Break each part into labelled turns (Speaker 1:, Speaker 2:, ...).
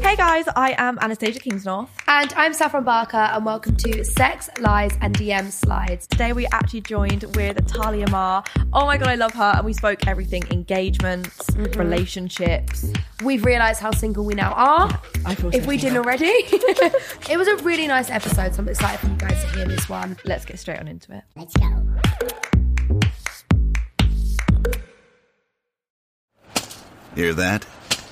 Speaker 1: Hey guys, I am Anastasia Kingsnorth.
Speaker 2: And I'm Saffron Barker, and welcome to Sex, Lies, and DM Slides.
Speaker 1: Today we actually joined with Talia Mar. Oh my god, I love her. And we spoke everything engagements,
Speaker 2: Mm-hmm.
Speaker 1: relationships.
Speaker 2: We've realised how single we now are,
Speaker 1: I feel
Speaker 2: if we didn't already. it was a really nice episode, so I'm excited for you guys to hear this one.
Speaker 1: Let's get straight on into it.
Speaker 3: Let's go.
Speaker 4: Hear that?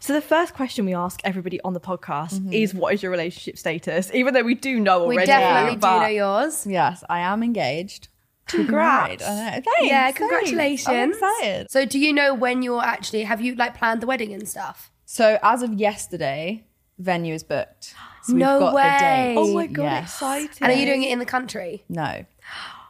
Speaker 1: So the first question we ask everybody on the podcast is what is your relationship status? Even though we do know already.
Speaker 2: Mm-hmm. We definitely do
Speaker 1: but
Speaker 2: know yours.
Speaker 5: Yes, I am engaged.
Speaker 1: Congrats.
Speaker 5: Married, I know. Thanks,
Speaker 2: Yeah,
Speaker 5: thanks.
Speaker 2: congratulations.
Speaker 5: I'm excited.
Speaker 2: So, do you know when you're actually, have you like planned the wedding and stuff?
Speaker 5: So as of yesterday, venue is booked. So
Speaker 2: No
Speaker 5: we've got
Speaker 2: way.
Speaker 5: the date.
Speaker 1: Oh my god,
Speaker 5: Yes.
Speaker 1: excited.
Speaker 2: And are you doing it in the country?
Speaker 5: No.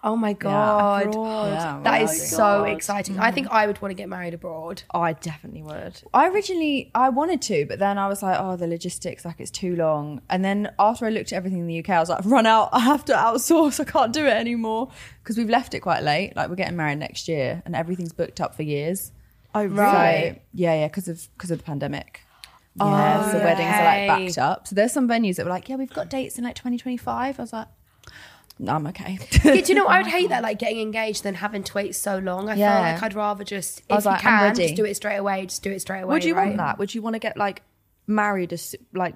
Speaker 2: Oh my God.
Speaker 5: Yeah,
Speaker 2: That
Speaker 5: we're
Speaker 2: is
Speaker 5: like-
Speaker 2: so exciting. I think I would want to get married abroad.
Speaker 1: Oh, I definitely would.
Speaker 5: I originally I wanted to, but then I was like, oh, the logistics, like it's too long. And then after I looked at everything in the UK, I was like, I've run out. I have to outsource. I can't do it anymore because we've left it quite late. Like we're getting married next year, and everything's booked up for years.
Speaker 1: Oh
Speaker 5: So, yeah, yeah, because of because of the pandemic. Yeah, so weddings are
Speaker 2: okay.
Speaker 5: like backed up. So there's some venues that were like, yeah, we've got dates in like 2025. I was like, no, I'm okay.
Speaker 2: Yeah, do you know, I would hate that, like getting engaged, then having to wait so long. I
Speaker 5: Oh Yeah.
Speaker 2: feel like I'd rather just, if
Speaker 5: I was
Speaker 2: you
Speaker 5: like, I'm
Speaker 2: can,
Speaker 5: ready.
Speaker 2: just do it straight away. Just do it straight away.
Speaker 1: Would you
Speaker 2: right?
Speaker 1: want that? Would you want to get like married as like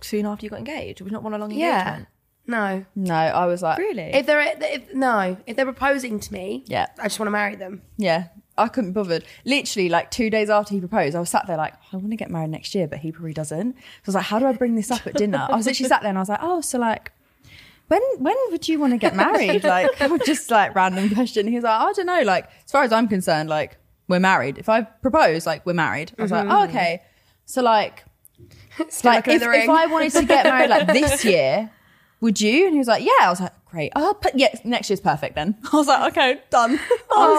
Speaker 1: soon after you got engaged? Would you not want a long
Speaker 2: Yeah.
Speaker 1: engagement?
Speaker 2: No.
Speaker 5: no, I was like,
Speaker 1: Really?
Speaker 2: If they're if, no, if they're proposing to me,
Speaker 5: Yeah.
Speaker 2: I just want to marry them.
Speaker 5: yeah, I couldn't be bothered. Literally, like two days after he proposed, I was sat there like, "Oh, I want to get married next year, but he probably doesn't. So I was like, how do I bring this up at dinner? I was literally sat there and I was like, oh, so like. When when would you want to get married? Like just like random question. He was like, I don't know. Like as far as I'm concerned, like we're married. If I propose, like we're married. I was
Speaker 2: Mm-hmm.
Speaker 5: like, oh, okay. So like
Speaker 2: Still
Speaker 5: like
Speaker 2: looking at
Speaker 5: if,
Speaker 2: the
Speaker 5: if
Speaker 2: ring.
Speaker 5: I wanted to get married like this year, would you? And he was like, yeah. I was like, great. Oh, pe- yeah. Next year's perfect then. I was like, okay, done. I was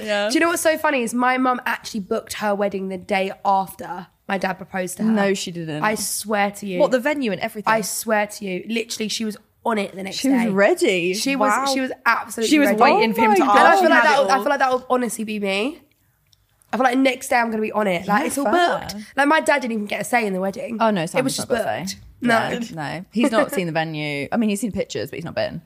Speaker 5: panicking. Yeah.
Speaker 2: Do you know what's so funny is my mum actually booked her wedding the day after my dad proposed to her.
Speaker 5: No, she didn't.
Speaker 2: Um, I swear to you.
Speaker 1: What the venue and everything?
Speaker 2: I swear to you. Literally, she was on it the next
Speaker 5: she
Speaker 2: day.
Speaker 5: was ready.
Speaker 2: She
Speaker 1: Wow.
Speaker 2: was. She was absolutely.
Speaker 1: She was
Speaker 2: ready.
Speaker 1: waiting for him
Speaker 5: Oh
Speaker 1: to
Speaker 5: my
Speaker 1: ask.
Speaker 2: And I
Speaker 5: Oh,
Speaker 1: and have
Speaker 2: feel like that.
Speaker 1: it
Speaker 2: Would, I
Speaker 1: all.
Speaker 2: feel like that would honestly be me. I feel like next day I'm going to be on it. Like it's all
Speaker 5: fair.
Speaker 2: booked. Like my dad didn't even get a say in the wedding.
Speaker 5: oh no,
Speaker 2: it was just booked. No.
Speaker 5: No, no, he's not seen the venue. I mean, he's seen pictures, but he's not been.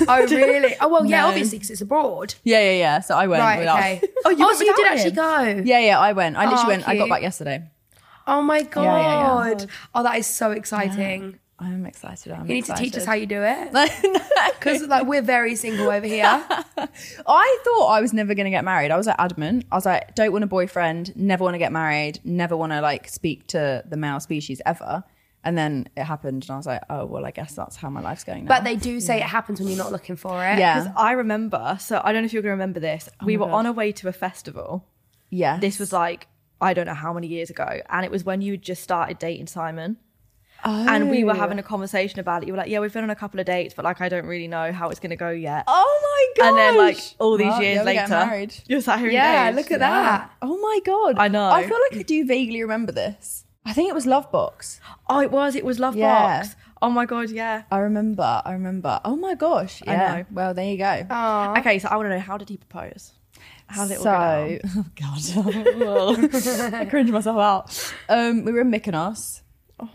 Speaker 2: Oh really? Oh well, yeah,
Speaker 5: No.
Speaker 2: obviously because it's abroad.
Speaker 5: Yeah, yeah, yeah. So I went.
Speaker 2: Right.
Speaker 5: without-
Speaker 2: Okay.
Speaker 1: Oh, you
Speaker 2: oh,
Speaker 1: went
Speaker 2: so you did
Speaker 1: without
Speaker 2: actually go.
Speaker 5: Yeah, yeah. I went. I literally
Speaker 2: Oh,
Speaker 5: went. I
Speaker 2: cute.
Speaker 5: got back yesterday.
Speaker 2: Oh my god.
Speaker 5: yeah, yeah.
Speaker 2: Oh, that is so exciting.
Speaker 5: I'm excited. I'm
Speaker 2: You need to teach us how you do it.
Speaker 5: how.
Speaker 2: Because like we're very single over here.
Speaker 5: I thought I was never going to get married. I was like adamant. I was like, don't want a boyfriend, never want to get married, never want to like speak to the male species ever. And then it happened, and I was like, oh well, I guess that's how my life's going now.
Speaker 2: But they do say it happens when you're not looking for it.
Speaker 5: yeah, Oh
Speaker 1: I remember, so I don't know if you're going to remember this. we were on our way to a festival.
Speaker 5: yeah.
Speaker 1: This was like, I don't know how many years ago. And it was when you had just started dating Simon. And we were having a
Speaker 5: Oh.
Speaker 1: conversation about it. You were like, yeah, we've been on a couple of dates, but like, I don't really know how it's going to go yet.
Speaker 5: Oh my god!
Speaker 1: and then, like, all these years
Speaker 5: yeah, we
Speaker 1: later,
Speaker 5: get married.
Speaker 1: you're sat here
Speaker 2: Yeah,
Speaker 1: engaged.
Speaker 2: look at that.
Speaker 5: Oh my god!
Speaker 1: I know.
Speaker 5: I feel like I do vaguely remember this. I think it was Love Box.
Speaker 1: Oh, it was. It was Love
Speaker 5: Yeah.
Speaker 1: Box. Oh my God, yeah.
Speaker 5: I remember. I remember. Oh my gosh! Yeah.
Speaker 1: know. Ah,
Speaker 5: Well, there you go.
Speaker 1: Okay, so I want to know how did he propose? How did it all
Speaker 5: so,
Speaker 1: go down?
Speaker 5: oh god, I cringe myself out. Um, we were in Mykonos,
Speaker 1: Oh,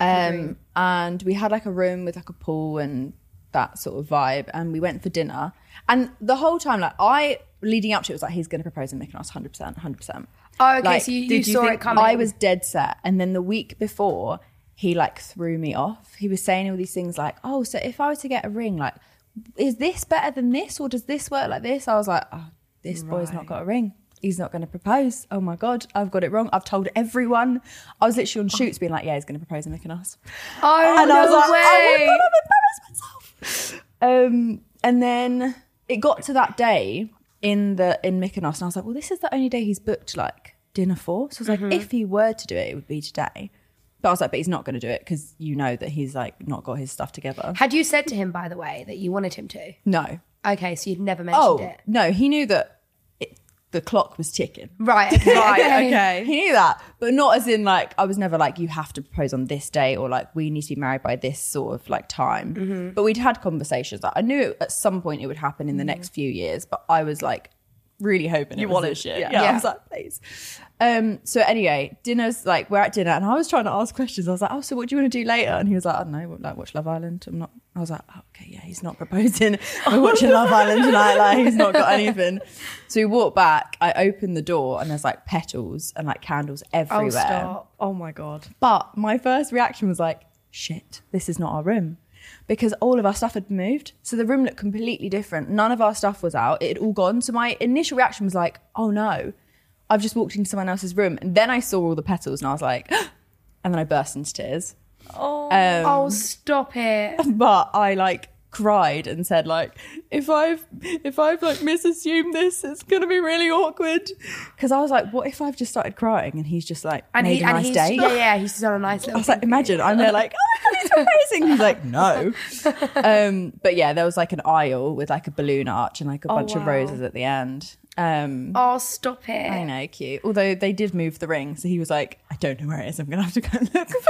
Speaker 5: um, and we had like a room with like a pool and that sort of vibe, and we went for dinner. And the whole time, like I leading up to it, was like he's going to propose in Mykonos, hundred percent, hundred percent.
Speaker 2: Oh, okay. so you, you,
Speaker 1: did you
Speaker 2: saw
Speaker 1: think-
Speaker 2: it coming.
Speaker 5: I was dead set. And then the week before, he like threw me off. He was saying all these things like, "Oh, so if I were to get a ring, like, is this better than this, or does this work like this?" I was like, "Oh, this boy's not got a ring. He's not going to propose. Oh my god, I've got it wrong. I've told everyone. I was literally on shoots being like, "Yeah, he's going to propose in Mykonos."
Speaker 2: Oh,
Speaker 5: and
Speaker 2: no
Speaker 5: I was like, "Oh
Speaker 2: way.
Speaker 5: my god, I've embarrassed myself." Um, and then it got to that day, in the in Mykonos, and I was like, well, this is the only day he's booked like dinner for. So I was
Speaker 2: Mm-hmm.
Speaker 5: like, if he were to do it, it would be today. But I was like, but he's not going to do it because you know that he's like not got his stuff together.
Speaker 2: Had you said to him, by the way, that you wanted him to?
Speaker 5: No.
Speaker 2: Okay, so you'd never mentioned
Speaker 5: Oh
Speaker 2: it.
Speaker 5: no, he knew that it, the clock was ticking.
Speaker 2: Right. Okay.
Speaker 1: Right, okay.
Speaker 5: He knew that, but not as in like I was never like you have to propose on this day or like we need to be married by this sort of like time.
Speaker 1: Mm-hmm.
Speaker 5: But we'd had conversations. Like, I knew at some point it would happen in the next few years, but I was like really hoping you it was
Speaker 1: wanted-
Speaker 5: this year.
Speaker 1: yeah.
Speaker 5: yeah, I
Speaker 2: Yeah.
Speaker 5: was like please. Um, so anyway, dinner's like we're at dinner, and I was trying to ask questions. I was like, "Oh, so what do you want to do later?" And he was like, "I don't know, like watch Love Island." I'm not. I was like, oh, "Okay, yeah, he's not proposing. We're watching Love Island tonight. Like he's not got anything." So we walked back. I opened the door, and there's like petals and like candles everywhere.
Speaker 1: stop. Oh my god.
Speaker 5: But my first reaction was like, shit, this is not our room. Because all of our stuff had moved. So the room looked completely different. None of our stuff was out. It had all gone. So my initial reaction was like, oh no, I've just walked into someone else's room. And then I saw all the petals and I was like, and then I burst into tears.
Speaker 1: Oh.
Speaker 5: Um,
Speaker 2: Oh, stop it.
Speaker 5: but I like cried and said like if i've if i've like misassumed this it's gonna be really awkward because i was like what if i've just started crying and he's just like made a nice
Speaker 2: he's,
Speaker 5: day
Speaker 2: Yeah, yeah, he's just on a nice little.
Speaker 5: I was like, imagine. I'm there like, oh, my God, it's amazing. He's like, no. Um, but yeah, there was like an aisle with like a balloon arch and like a bunch of
Speaker 1: Oh, wow.
Speaker 5: roses at the end. Um,
Speaker 2: oh, stop it.
Speaker 5: I know, cute. Although they did move the ring, so he was like, I don't know where it is. I'm gonna have to go and look for it.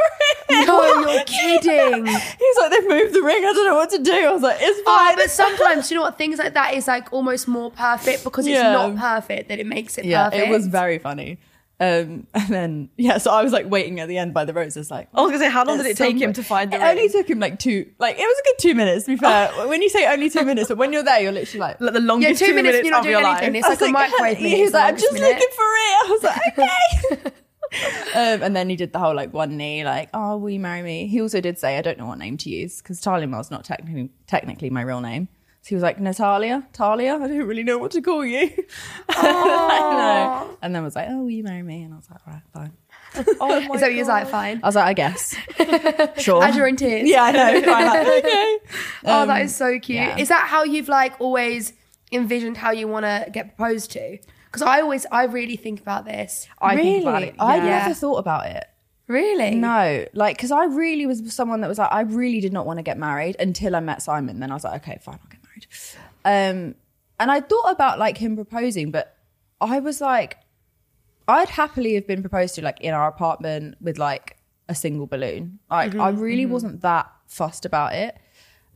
Speaker 2: No, you're kidding.
Speaker 5: he was like, they've moved the ring. I don't know what to do. I was like, it's
Speaker 2: Oh,
Speaker 5: fine.
Speaker 2: but sometimes you know what things like that is like almost more perfect because it's
Speaker 5: Yeah.
Speaker 2: not perfect that it makes it
Speaker 5: yeah,
Speaker 2: perfect.
Speaker 5: it was very funny. Um, and then yeah, so I was like waiting at the end by the roses, like.
Speaker 1: I was gonna say, Oh, how long did it
Speaker 5: At
Speaker 1: take
Speaker 5: some
Speaker 1: him
Speaker 5: point-
Speaker 1: to find the
Speaker 5: It
Speaker 1: ring?
Speaker 5: only took him like two, like it was a good two minutes. To be fair, when you say only two minutes, but when you're there, you're literally like,
Speaker 1: like the longest
Speaker 2: Yeah, two minutes and you're not
Speaker 1: of your
Speaker 2: doing
Speaker 1: life.
Speaker 2: anything. It's like,
Speaker 5: I
Speaker 2: a
Speaker 5: was
Speaker 2: microwave
Speaker 5: "Helen,"
Speaker 2: minute.
Speaker 5: He was like, I'm
Speaker 2: It's the
Speaker 5: just
Speaker 2: longest
Speaker 5: looking for it. I was like, okay. um, and then he did the whole like one knee, like, oh, will you marry me? He also did say, I don't know what name to use because Talimar's not technically technically my real name. So he was like, Natalia, Talia, I don't really know what to call you. I know. And then was like, oh, will you marry me? And I was like, all right, fine.
Speaker 1: Oh my
Speaker 2: minute. So he was like,
Speaker 1: God.
Speaker 2: fine.
Speaker 5: I was like, I guess. sure.
Speaker 2: As you're in tears.
Speaker 5: Oh. yeah, I know. Fine, like, okay.
Speaker 2: Oh, that is so cute.
Speaker 5: yeah.
Speaker 2: Is that how you've like always envisioned how you want to get proposed to? Because I always, I really think about this.
Speaker 1: I
Speaker 5: really?
Speaker 1: think about it.
Speaker 5: I
Speaker 1: yeah.
Speaker 5: never thought about it.
Speaker 2: Really?
Speaker 5: No, like because I really was someone that was like I really did not want to get married until I met Simon. Then I was like, okay, fine, I'll get married. Um, and I thought about like him proposing, but I was like, I'd happily have been proposed to like in our apartment with like a single balloon. Like I
Speaker 1: Mm-hmm,
Speaker 5: really wasn't that fussed about it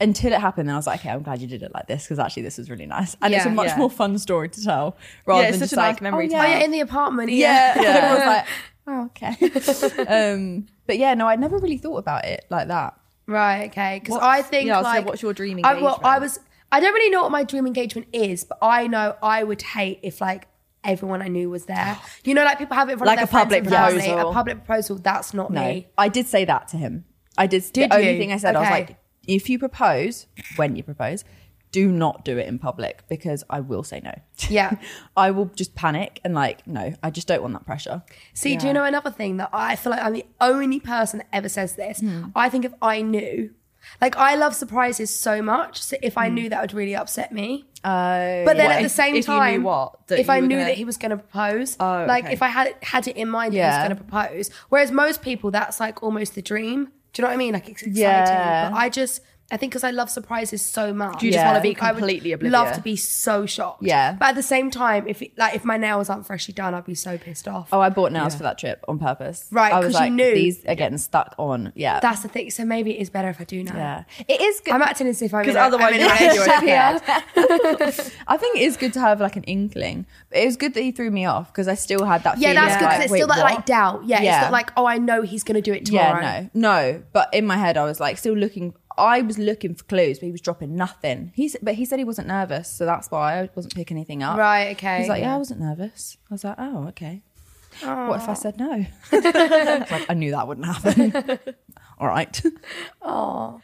Speaker 5: until it happened. Then I was like, okay, I'm glad you did it like this because actually this was really nice, and it's a
Speaker 2: Yeah,
Speaker 5: much
Speaker 1: yeah.
Speaker 5: more fun story to tell rather
Speaker 1: Yeah, it's
Speaker 5: than
Speaker 1: such
Speaker 5: just
Speaker 1: a nice
Speaker 5: like
Speaker 1: memory
Speaker 5: oh,
Speaker 1: to
Speaker 5: yeah,
Speaker 2: Oh yeah, in the apartment.
Speaker 5: yeah.
Speaker 1: Yeah.
Speaker 5: Everyone's like, oh, okay. um, but yeah, no, I never really thought about it like that.
Speaker 2: Right. Okay. Because
Speaker 1: What's-
Speaker 2: I think
Speaker 1: yeah, so
Speaker 2: like,
Speaker 1: what's your dream
Speaker 2: I, well, I
Speaker 1: engagement?
Speaker 2: was. I don't really know what my dream engagement is, but I know I would hate if like everyone I knew was there. You know, like people have it in front
Speaker 1: Like
Speaker 2: of
Speaker 1: a
Speaker 2: their friends
Speaker 1: public
Speaker 2: and family.
Speaker 1: proposal.
Speaker 2: A public proposal. That's not
Speaker 5: No,
Speaker 2: me.
Speaker 5: I did say that to him. I did.
Speaker 2: Did
Speaker 5: the only
Speaker 2: you?
Speaker 5: thing I said, I was
Speaker 2: Okay.
Speaker 5: like, if you propose, when you propose, do not do it in public because I will say no.
Speaker 2: Yeah.
Speaker 5: I will just panic and like, no, I just don't want that pressure.
Speaker 2: See, do you know another thing that I feel like I'm the only person that ever says this?
Speaker 1: Hmm.
Speaker 2: I think if I knew, like I love surprises so much, so if
Speaker 1: Hmm.
Speaker 2: I knew that would really upset me.
Speaker 5: Uh,
Speaker 2: But then
Speaker 1: What,
Speaker 2: at the
Speaker 1: if-
Speaker 2: same
Speaker 1: if you knew
Speaker 2: time,
Speaker 1: what? That
Speaker 2: if
Speaker 1: you
Speaker 2: I
Speaker 1: were
Speaker 2: knew
Speaker 1: gonna-
Speaker 2: that he was going to propose,
Speaker 1: Oh,
Speaker 2: like
Speaker 1: okay.
Speaker 2: if I had had it in mind that
Speaker 5: Yeah.
Speaker 2: he was going to propose. Whereas most people, that's like almost the dream. Do you know what I mean? Like it's exciting.
Speaker 5: Yeah.
Speaker 2: But I just, I think because I love surprises so much,
Speaker 1: you just
Speaker 5: Yeah. wanna
Speaker 1: be
Speaker 2: I think I would
Speaker 1: completely
Speaker 2: Love
Speaker 1: oblivious?
Speaker 2: to be so shocked.
Speaker 5: Yeah.
Speaker 2: But at the same time, if it, like if my nails aren't freshly done, I'd be so pissed off.
Speaker 5: oh, I bought nails for that trip on purpose.
Speaker 2: Right,
Speaker 5: I was
Speaker 2: 'cause you
Speaker 5: like,
Speaker 2: knew.
Speaker 5: these are getting stuck on. Yeah,
Speaker 2: That's the thing. So maybe it is better if I do know.
Speaker 5: yeah. It is good.
Speaker 2: I'm acting as if I'm
Speaker 1: 'Cause
Speaker 2: in a-
Speaker 1: otherwise
Speaker 2: I'm in
Speaker 1: you're
Speaker 2: a
Speaker 1: gonna enjoy
Speaker 2: relationship
Speaker 1: it.
Speaker 2: here.
Speaker 5: I think it is good to have like an inkling. But it was good that he threw me off because I still had that.
Speaker 2: Yeah,
Speaker 5: feeling
Speaker 2: that's
Speaker 5: of,
Speaker 2: good because
Speaker 5: like,
Speaker 2: it's
Speaker 5: wait,
Speaker 2: still that
Speaker 5: what?
Speaker 2: like doubt. Yeah,
Speaker 5: Yeah.
Speaker 2: it's not like oh, I know he's gonna do it tomorrow.
Speaker 5: Yeah, no, no. But in my head, I was like still looking. I was looking for clues, but he was dropping nothing. He s- but he said he wasn't nervous, so that's why I wasn't picking anything up.
Speaker 2: Right, okay.
Speaker 5: He's like, yeah, I wasn't nervous. I was like, oh, okay. What if I said no? like, I knew that wouldn't happen. All right.
Speaker 1: Okay,
Speaker 2: about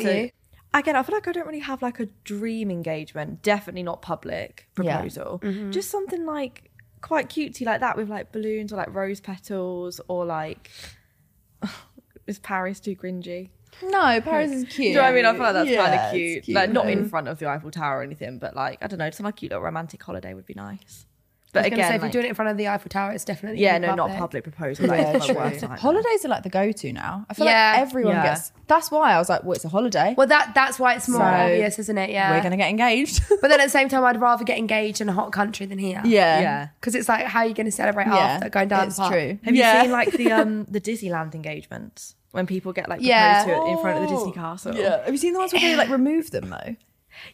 Speaker 1: so
Speaker 2: you?
Speaker 1: again, I feel like I don't really have like a dream engagement. Definitely not public
Speaker 5: Yeah.
Speaker 1: proposal.
Speaker 2: Mm-hmm.
Speaker 1: Just something like quite cutesy like that with like balloons or like rose petals or like is Paris too cringy?
Speaker 5: No, Paris is cute.
Speaker 1: Do you know what I mean? I feel like that's
Speaker 5: Yeah,
Speaker 1: kind of
Speaker 5: it's
Speaker 1: cute. Like not in front of the Eiffel Tower or anything, but like I don't know, just like a cute little romantic holiday would be nice. But
Speaker 2: I was gonna
Speaker 1: again,
Speaker 2: say, if
Speaker 1: like-
Speaker 2: you're doing it in front of the Eiffel Tower, it's definitely
Speaker 1: yeah,
Speaker 2: in
Speaker 1: no, not
Speaker 2: public.
Speaker 1: public proposal. That is my worst nightmare.
Speaker 5: Holidays are like the go-to now. I feel
Speaker 2: Yeah.
Speaker 5: like everyone
Speaker 1: Yeah.
Speaker 5: gets. That's why I was like, "Well, it's a holiday.
Speaker 2: Well, that that's why it's more
Speaker 5: So,
Speaker 2: obvious, isn't it? Yeah.
Speaker 5: We're gonna get engaged."
Speaker 2: but then at the same time, I'd rather get engaged in a hot country than here.
Speaker 5: yeah,
Speaker 1: Yeah.
Speaker 2: Because it's like, how are you going to celebrate after going down
Speaker 5: It's
Speaker 2: the park?
Speaker 5: true.
Speaker 1: Have
Speaker 5: Yeah.
Speaker 1: you seen like the um the Disneyland engagements when people get like proposed
Speaker 2: Yeah.
Speaker 1: to in front of the Disney castle?
Speaker 5: Oh. Yeah. Have you seen the ones where they like remove them though?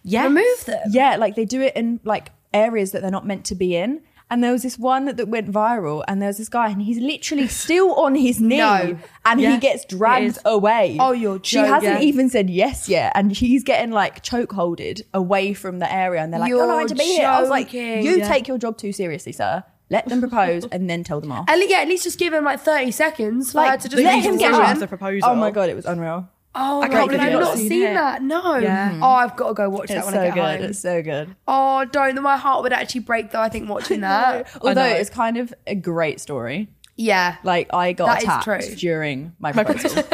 Speaker 1: Yes.
Speaker 2: Remove them.
Speaker 5: Yeah, like they do it in like areas that they're not meant to be in. And there was this one that, that went viral, and there was this guy, and he's literally still on his knee,
Speaker 2: No.
Speaker 5: and he
Speaker 1: Yeah,
Speaker 5: gets
Speaker 1: it
Speaker 5: dragged
Speaker 1: is.
Speaker 5: away.
Speaker 2: Oh, you're
Speaker 5: She hasn't
Speaker 1: joking.
Speaker 5: even said yes yet, and he's getting like chokeholded away from the area, and they're like, "You're
Speaker 2: You're
Speaker 5: not meant to be here." I was like,
Speaker 2: joking.
Speaker 5: "You
Speaker 2: Yeah.
Speaker 5: take your job too seriously, sir. Let them propose, and then tell them off."
Speaker 2: At least, yeah, at least just give him like 30 seconds for her to just
Speaker 5: let
Speaker 2: leave
Speaker 5: him
Speaker 2: the
Speaker 5: get
Speaker 2: room.
Speaker 5: up.
Speaker 1: After proposal.
Speaker 5: Oh my god, it was unreal.
Speaker 2: Oh, I
Speaker 1: can't
Speaker 2: can't
Speaker 1: believe
Speaker 2: I've
Speaker 1: you've
Speaker 2: not
Speaker 1: not
Speaker 2: seen,
Speaker 1: seen it.
Speaker 2: that. No.
Speaker 1: Yeah.
Speaker 2: Oh, I've got to go watch that
Speaker 5: It's
Speaker 2: when
Speaker 5: so
Speaker 2: I
Speaker 5: good.
Speaker 2: get home.
Speaker 5: It's so good.
Speaker 2: Oh, don't. My heart would actually break though. I think watching that.
Speaker 5: Although
Speaker 1: I know.
Speaker 5: it's kind of a great story.
Speaker 2: Yeah,
Speaker 5: Like I got
Speaker 2: That is
Speaker 5: attacked
Speaker 2: true.
Speaker 5: during my proposal.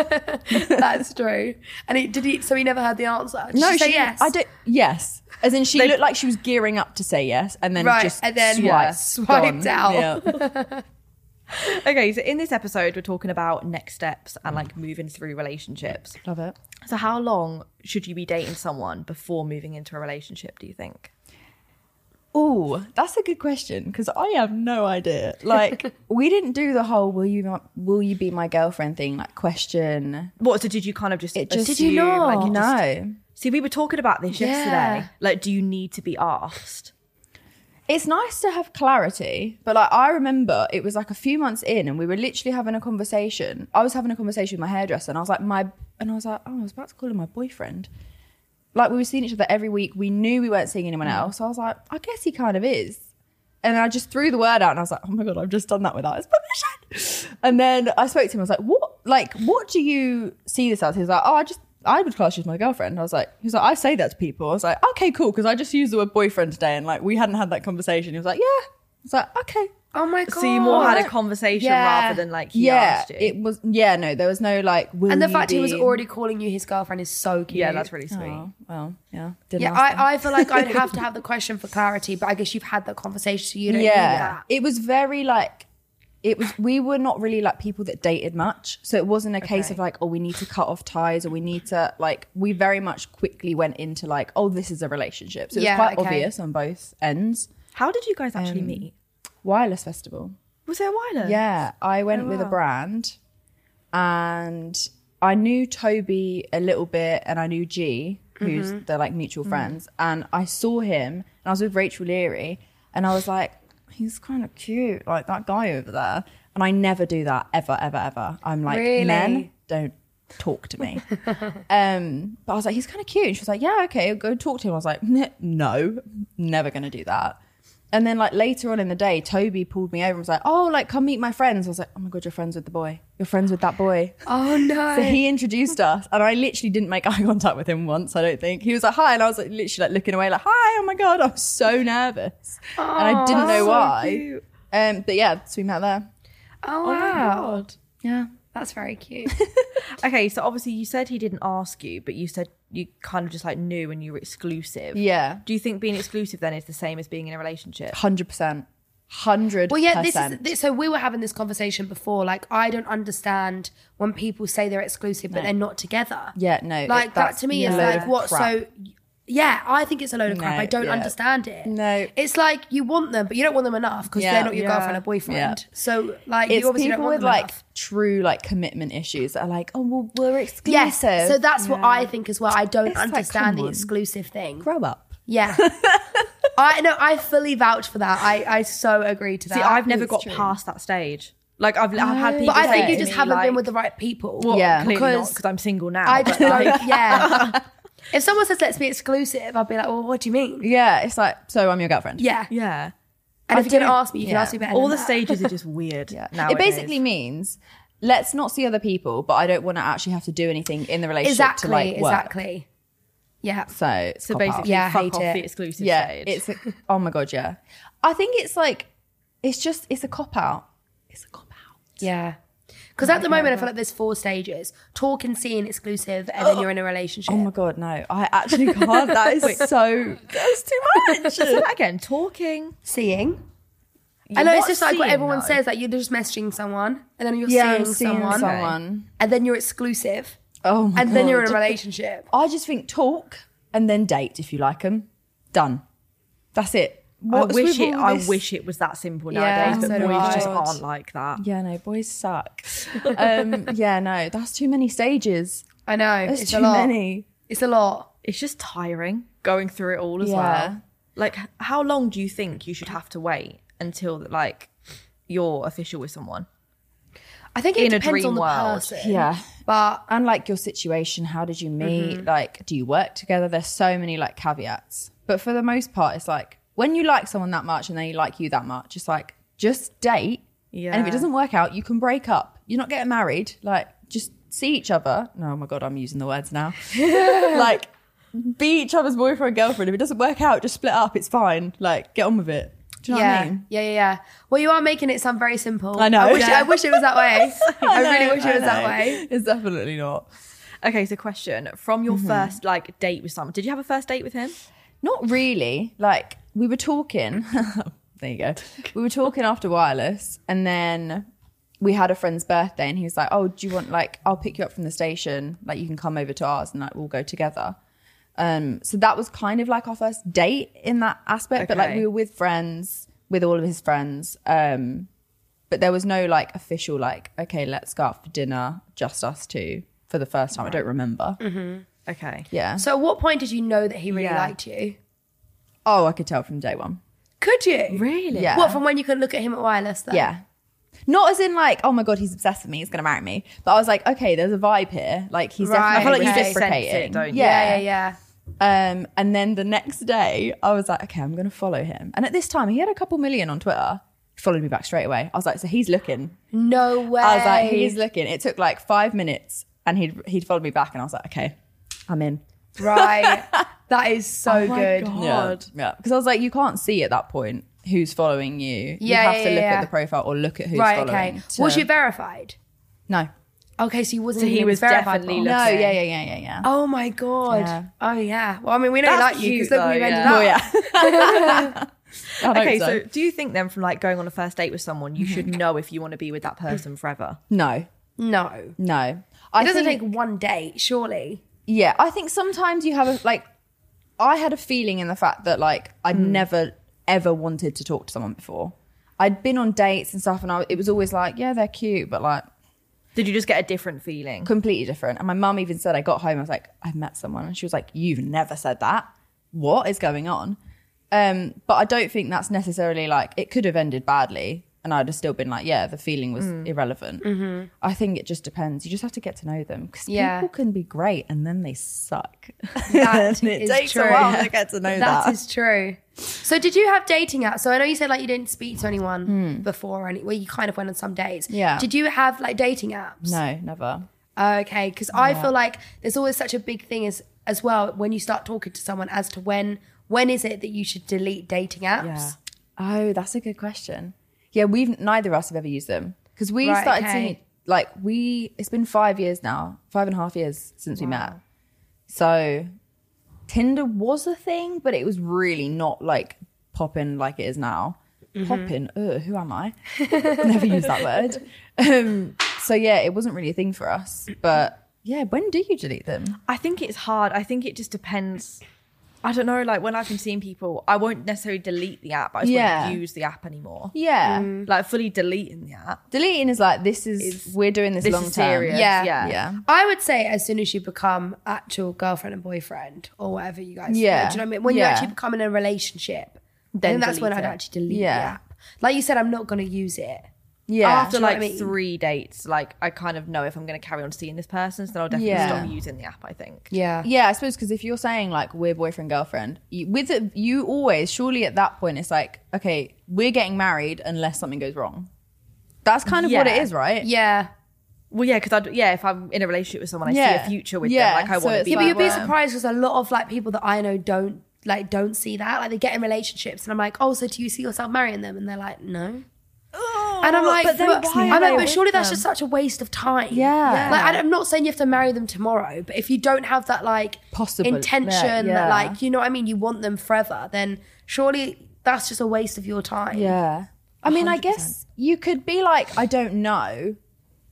Speaker 2: that's true. And he, did he? So he never heard the answer. Did she, say yes.
Speaker 5: I don't. Yes, as in she looked like she was gearing up to say yes, and then
Speaker 2: Right,
Speaker 5: just
Speaker 2: and then
Speaker 5: swiped,
Speaker 2: yeah,
Speaker 5: gone.
Speaker 2: swiped out.
Speaker 5: Yeah.
Speaker 1: Okay, so in this episode, we're talking about next steps and like moving through relationships.
Speaker 5: Love it.
Speaker 1: So, how long should you be dating someone before moving into a relationship? Do you think?
Speaker 5: Oh, that's a good question because I have no idea. Like, we didn't do the whole "Will you not, will you be my girlfriend?" thing, like question.
Speaker 1: What? So, did you kind of just?
Speaker 5: It just
Speaker 1: assume, Like, you just-
Speaker 5: no.
Speaker 1: see, we were talking about this
Speaker 2: Yeah.
Speaker 1: yesterday. Like, do you need to be asked?
Speaker 5: it's nice to have clarity, but like I remember it was like a few months in and we were literally having a conversation. I was having a conversation with my hairdresser and I was like, my and I was like, oh, I was about to call him my boyfriend. Like we were seeing each other every week. We knew we weren't seeing anyone
Speaker 2: Mm.
Speaker 5: else. So I was like, I guess he kind of is. And I just threw the word out and I was like, oh my God, I've just done that without his permission. And then I spoke to him. I was like, what? Like, what do you see this as? He was like, oh, I just, I would class you as my girlfriend. I was like, he was like, I say that to people. I was like, okay, cool. Cause I just used the word boyfriend today and like we hadn't had that conversation. He was like, yeah. I was like, okay.
Speaker 2: Oh my god.
Speaker 1: So you more had a
Speaker 5: Right.
Speaker 1: conversation
Speaker 2: Yeah.
Speaker 1: rather than like he
Speaker 5: yeah.
Speaker 1: asked you.
Speaker 5: It was, yeah, no, there was no like, will
Speaker 2: and the
Speaker 5: you
Speaker 2: fact he was
Speaker 5: be-
Speaker 2: already calling you his girlfriend is so cute.
Speaker 1: yeah, that's really sweet.
Speaker 5: Oh, well, yeah. Didn't
Speaker 2: Yeah,
Speaker 5: ask them.
Speaker 2: I, I feel like I'd have to have the question for clarity, but I guess you've had that conversation, so you don't need
Speaker 5: yeah
Speaker 2: that.
Speaker 5: it was very like it was we were not really like people that dated much so it wasn't a case
Speaker 1: Okay.
Speaker 5: of like oh we need to cut off ties or we need to like we very much quickly went into like oh this is a relationship so it
Speaker 2: Yeah,
Speaker 5: was quite
Speaker 2: okay.
Speaker 5: obvious on both ends
Speaker 1: How did you guys actually meet?
Speaker 5: wireless festival
Speaker 1: Was there a while?
Speaker 5: Um, yeah i went with a brand and i knew toby a little bit and i knew g who's they're like mutual friends and i saw him and i was with rachel leary and i was like he's kind of cute like that guy over there and i never do that ever ever ever i'm like
Speaker 2: Really?
Speaker 5: men don't talk to me um but i was like he's kind of cute and she was like yeah okay go talk to him i was like "N- no never gonna do that and then like later on in the day toby pulled me over and was like oh like come meet my friends i was like oh my god you're friends with the boy you're friends with that boy
Speaker 2: Oh no.
Speaker 5: so he introduced us, and I literally didn't make eye contact with him once. I don't think he was like hi, and I was like literally like looking away, like hi. Oh my god, I was so nervous, and I didn't know why.
Speaker 1: cute.
Speaker 5: Um, but yeah, so we met there.
Speaker 2: oh wow. Yeah. That's very cute.
Speaker 1: Okay, so obviously you said he didn't ask you, but you said you kind of just like knew and you were exclusive.
Speaker 5: Yeah,
Speaker 1: Do you think being exclusive then is the same as being in a relationship?
Speaker 5: hundred percent, hundred.
Speaker 2: Well, yeah, this is this, so we were having this conversation before. Like, I don't understand when people say they're exclusive but they're not together.
Speaker 5: Yeah, no, it-
Speaker 2: like that
Speaker 5: that's
Speaker 2: to me
Speaker 5: a
Speaker 2: is
Speaker 5: load
Speaker 2: like
Speaker 5: of
Speaker 2: what?
Speaker 5: crap.
Speaker 2: So, yeah, I think it's a load of crap.
Speaker 5: No,
Speaker 2: I don't
Speaker 5: yeah.
Speaker 2: understand it.
Speaker 5: No.
Speaker 2: it's like you want them, but you don't want them enough because
Speaker 5: Yeah.
Speaker 2: they're not your
Speaker 1: Yeah.
Speaker 2: girlfriend or boyfriend.
Speaker 5: Yeah.
Speaker 2: So, like,
Speaker 5: It's
Speaker 2: you obviously don't
Speaker 5: people
Speaker 2: want
Speaker 5: with
Speaker 2: them
Speaker 5: like
Speaker 2: enough.
Speaker 5: true like commitment issues that are like, oh well, we're exclusive.
Speaker 2: Yes, so that's what I think as well. I don't
Speaker 5: It's like,
Speaker 2: understand
Speaker 5: come
Speaker 2: the
Speaker 5: on.
Speaker 2: exclusive thing.
Speaker 5: grow up.
Speaker 2: Yeah, I know. I fully vouch for that. I I so agree to that. Oh.
Speaker 1: See, I've never
Speaker 5: is
Speaker 1: got
Speaker 5: true.
Speaker 1: past that stage. Like I've, I've had people.
Speaker 2: but I
Speaker 1: say
Speaker 2: think you
Speaker 1: to
Speaker 2: just
Speaker 1: me,
Speaker 2: haven't
Speaker 1: like,
Speaker 2: been with the right people.
Speaker 1: well,
Speaker 5: Yeah.
Speaker 1: clearly because
Speaker 2: because
Speaker 1: because I'm single now.
Speaker 2: I
Speaker 1: but,
Speaker 2: just
Speaker 1: like,
Speaker 2: don't. Yeah. if someone says let's be exclusive, I'd be like, well, what do you mean?
Speaker 5: Yeah, it's like so I'm your girlfriend.
Speaker 2: Yeah.
Speaker 1: yeah.
Speaker 2: And if you didn't
Speaker 5: don't-
Speaker 2: ask me, you
Speaker 5: yeah.
Speaker 2: can ask me better.
Speaker 1: All
Speaker 2: than
Speaker 1: the
Speaker 2: that.
Speaker 1: stages are just weird.
Speaker 5: Yeah.
Speaker 1: Now
Speaker 5: it basically means let's not see other people, but I don't want to actually have to do anything in the relationship
Speaker 2: Exactly.
Speaker 5: to like work.
Speaker 2: exactly. Yeah.
Speaker 5: So it's
Speaker 1: so
Speaker 5: cop out.
Speaker 1: basically
Speaker 2: Yeah, I
Speaker 1: fuck
Speaker 2: hate
Speaker 1: off
Speaker 2: it.
Speaker 1: the exclusive
Speaker 5: yeah,
Speaker 1: stage.
Speaker 5: it's a, oh my god, yeah. I think it's like it's just it's a cop out. It's a cop out.
Speaker 2: Yeah. Because at the moment, I feel like there's four stages: talking, seeing, exclusive, and then you're in a relationship.
Speaker 5: Oh my god, no! I actually can't. That is so. That's too much.
Speaker 1: Say that again. Talking.
Speaker 2: Seeing. I know it's
Speaker 1: What's
Speaker 2: just like what
Speaker 1: seeing,
Speaker 2: everyone
Speaker 1: though?
Speaker 2: says. Like you're just messaging someone, and then you're
Speaker 5: Yeah,
Speaker 2: seeing,
Speaker 5: I'm seeing
Speaker 2: someone,
Speaker 5: someone.
Speaker 2: and then you're exclusive,
Speaker 5: Oh my
Speaker 2: and then you're in a
Speaker 5: God.
Speaker 2: relationship.
Speaker 5: I just think talk and then date if you like them. Done. That's it.
Speaker 1: I
Speaker 5: What's
Speaker 1: wish
Speaker 5: with
Speaker 1: it.
Speaker 5: all
Speaker 1: I
Speaker 5: this-
Speaker 1: wish it was that simple
Speaker 2: Yeah,
Speaker 1: nowadays,
Speaker 2: so
Speaker 1: but
Speaker 2: do
Speaker 1: boys just
Speaker 2: I.
Speaker 1: aren't like that.
Speaker 5: Yeah, no, boys suck. um, yeah, no, that's too many stages.
Speaker 2: I know
Speaker 5: That's
Speaker 2: it's a
Speaker 5: too
Speaker 2: lot.
Speaker 5: many.
Speaker 2: It's a lot.
Speaker 1: It's just tiring going through it all as
Speaker 5: Yeah.
Speaker 1: well. Like, h- how long do you think you should have to wait until like you're official with someone?
Speaker 2: I think it
Speaker 1: In a
Speaker 2: depends
Speaker 1: dream
Speaker 2: on the
Speaker 1: world.
Speaker 2: person.
Speaker 5: Yeah.
Speaker 2: but
Speaker 5: And like your situation, how did you meet?
Speaker 2: Mm-hmm.
Speaker 5: Like, do you work together? There's so many like caveats. But for the most part, it's like when you like someone that much and they like you that much, it's like just date. And if
Speaker 1: Yeah.
Speaker 5: it doesn't work out, you can break up. You're not getting married. Like, just see each other. No, oh my God, I'm using the words now. like, be each other's boyfriend and girlfriend. If it doesn't work out, just split up. It's fine. Like, get on with it. Do you know
Speaker 2: yeah,
Speaker 5: what I mean?
Speaker 2: yeah, yeah, yeah. Well, you are making it sound very simple.
Speaker 5: I know.
Speaker 2: I wish,
Speaker 5: Yeah.
Speaker 2: I wish it was that way. I, really wish it was that
Speaker 5: know.
Speaker 2: way.
Speaker 5: It's definitely not.
Speaker 1: Okay, so question from your first like date with someone. Did you have a first date with him?
Speaker 5: Not really. Like we were talking. there you go. We were talking after wireless, and then we had a friend's birthday, and he was like, "Oh, do you want like I'll pick you up from the station. Like you can come over to ours, and like we'll go together." Um, so that was kind of like our first date in that aspect, but like
Speaker 1: Okay.
Speaker 5: we were with friends, with all of his friends. Um, but there was no like official like, okay, let's go out for dinner, just us two, for the first time. I don't remember.
Speaker 1: Okay.
Speaker 5: Yeah.
Speaker 2: So, at what point did you know that he really
Speaker 1: Yeah.
Speaker 2: liked you?
Speaker 5: Oh, I could tell from day one.
Speaker 2: Could you
Speaker 1: Really?
Speaker 5: Yeah.
Speaker 2: What from when you could look at him at wireless? Though?
Speaker 5: Yeah. Not as in like, oh my god, he's obsessed with me, he's gonna marry me. But I was like, okay, there's a vibe here. Like he's
Speaker 2: Right,
Speaker 5: definitely I feel like
Speaker 2: okay.
Speaker 5: he's reciprocating.
Speaker 1: Sense it, don't you?
Speaker 2: yeah, yeah, yeah.
Speaker 5: Um, and then the next day, I was like, okay, I'm gonna follow him. And at this time, he had a couple million on Twitter. He followed me back straight away. I was like, so he's looking.
Speaker 2: No way.
Speaker 5: I was like, he's looking. It took like five minutes, and he'd he'd followed me back, and I was like, okay, I'm in.
Speaker 2: right. That is so
Speaker 1: Oh my
Speaker 2: good.
Speaker 1: God.
Speaker 5: Yeah, yeah. Because I was like, you can't see at that point who's following you.
Speaker 2: Yeah,
Speaker 5: you
Speaker 2: yeah,
Speaker 5: have to look
Speaker 2: yeah, yeah.
Speaker 5: at the profile or look at who's
Speaker 2: Right.
Speaker 5: following.
Speaker 2: Okay.
Speaker 5: to-
Speaker 2: Was you verified?
Speaker 5: no?
Speaker 2: Okay, so you wasn't.
Speaker 1: So he
Speaker 2: even
Speaker 1: was
Speaker 2: verified.
Speaker 1: definitely
Speaker 5: No.
Speaker 1: looking.
Speaker 5: Yeah, yeah, yeah, yeah, yeah.
Speaker 2: Oh my god.
Speaker 5: Yeah.
Speaker 2: Oh yeah. Well, I mean, we know
Speaker 1: That's
Speaker 2: like you because
Speaker 1: cute,
Speaker 2: look,
Speaker 1: though,
Speaker 2: where you ended
Speaker 1: yeah.
Speaker 2: up.
Speaker 5: Oh yeah.
Speaker 1: Okay, so. Mm-hmm. do you think then from like going on a first date with someone, you should know if you want to be with that person forever?
Speaker 5: no,
Speaker 2: No,
Speaker 5: no. I
Speaker 2: it doesn't
Speaker 5: think,
Speaker 2: take one date, surely.
Speaker 5: Yeah, I think sometimes you have a like. I had a feeling in the fact that like I'd
Speaker 2: Hmm.
Speaker 5: never ever wanted to talk to someone before. I'd been on dates and stuff, and I, it was always like, yeah, they're cute, but like
Speaker 1: Did you just get a different feeling?
Speaker 5: completely different. And my mum even said I got home, I was like, I've met someone, and she was like, you've never said that. What is going on? Um, but I don't think that's necessarily like it could have ended badly, and I'd have still been like, yeah, the feeling was
Speaker 2: Mm.
Speaker 5: irrelevant. I think it just depends. You just have to get to know them because
Speaker 2: Mm-hmm. Yeah.
Speaker 5: people can be great and then they suck.
Speaker 2: That
Speaker 5: And it
Speaker 2: is
Speaker 5: takes
Speaker 2: true.
Speaker 5: a while to get to know that.
Speaker 2: That is true. So, did you have dating apps? So, I know you said like you didn't speak to anyone before, and well, you kind of went on some dates.
Speaker 5: Hmm. Yeah.
Speaker 2: Did you have like dating apps?
Speaker 5: no, never.
Speaker 2: Okay, because I feel like there's always such a big thing as as well when you start talking to someone as to when when is it that you should delete dating apps?
Speaker 5: Oh, that's a good question. Yeah, we've neither of us have ever used them because we
Speaker 2: Right,
Speaker 5: started
Speaker 2: okay.
Speaker 5: seeing like we. It's been five years now, five and a half years since we met. So Tinder was a thing, but it was really not like popping like it is now. Popping, ugh, who am I? Never use that word. Um, so yeah, it wasn't really a thing for us. But yeah, when do you delete them?
Speaker 1: I think it's hard. I think it just depends. I don't know. Like when I've been seeing people, I won't necessarily delete the app. but I just
Speaker 5: Yeah.
Speaker 1: won't use the app anymore.
Speaker 5: Yeah,
Speaker 1: Like fully deleting the app.
Speaker 5: deleting is like this is
Speaker 1: Is-
Speaker 5: we're doing this,
Speaker 1: this
Speaker 5: long
Speaker 1: is
Speaker 5: term.
Speaker 1: serious.
Speaker 2: Yeah.
Speaker 1: Yeah.
Speaker 5: yeah.
Speaker 2: I would say as soon as you become actual girlfriend and boyfriend or whatever you guys,
Speaker 5: Yeah.
Speaker 2: do you know what I mean? When you
Speaker 5: Yeah.
Speaker 2: actually become in a relationship, then
Speaker 1: Then
Speaker 2: that's when
Speaker 1: delete
Speaker 2: I'd
Speaker 1: it.
Speaker 2: actually delete
Speaker 5: Yeah.
Speaker 2: the app. Like you said, I'm not going to use it.
Speaker 5: Yeah.
Speaker 1: After
Speaker 2: do you know
Speaker 1: like
Speaker 2: what I mean?
Speaker 1: three dates, like I kind of know if I'm going to carry on seeing this person, so then I'll definitely
Speaker 5: Yeah.
Speaker 1: stop using the app. I think.
Speaker 2: Yeah.
Speaker 5: yeah, I suppose because if you're saying like we're boyfriend girlfriend, you, with it, you always surely at that point it's like okay, we're getting married unless something goes wrong. That's kind of what it
Speaker 1: Yeah.
Speaker 5: is, right?
Speaker 2: Yeah.
Speaker 1: Well, yeah, because I yeah, if I'm in a relationship with someone, I see
Speaker 5: Yeah.
Speaker 1: a future with
Speaker 5: Yeah,
Speaker 1: them. Like I
Speaker 5: so
Speaker 1: want to
Speaker 5: it's
Speaker 1: be.
Speaker 5: like-
Speaker 2: But you'd be
Speaker 5: Well-
Speaker 2: surprised because a lot of like people that I know don't like don't see that. Like they get in relationships and I'm like, oh, so do you see yourself marrying them? And they're like, no. And I'm like,
Speaker 1: but then
Speaker 2: but,
Speaker 1: why are
Speaker 2: I'm
Speaker 1: they
Speaker 2: like, but
Speaker 1: with
Speaker 2: surely that's
Speaker 1: them?
Speaker 2: just such a waste of time.
Speaker 5: Yeah.
Speaker 2: Like, I- I'm not saying you have to marry them tomorrow, but if you don't have that like
Speaker 5: Possible-
Speaker 2: intention,
Speaker 5: yeah, yeah.
Speaker 2: that like you know what I mean, you want them forever, then surely that's just a waste of your time.
Speaker 5: Yeah. I mean, I guess you could be like, I don't know,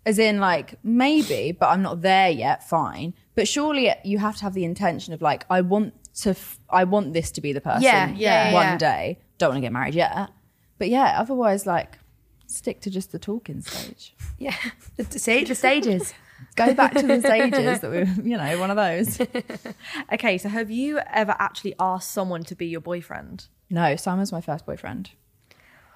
Speaker 5: as in like maybe, but I'm not there yet. Fine, but surely you have to have the intention of like, I want to, f- I want this to be the person.
Speaker 2: Yeah, yeah,
Speaker 5: One
Speaker 2: yeah.
Speaker 5: day, don't want to get married yet, but yeah. Otherwise, like, stick to just the talking stage.
Speaker 2: Yeah. The- See the stages.
Speaker 5: Go back to the stages that we, were- you know, one of those.
Speaker 1: Okay, so have you ever actually asked someone to be your boyfriend?
Speaker 5: No, Simon's my first boyfriend.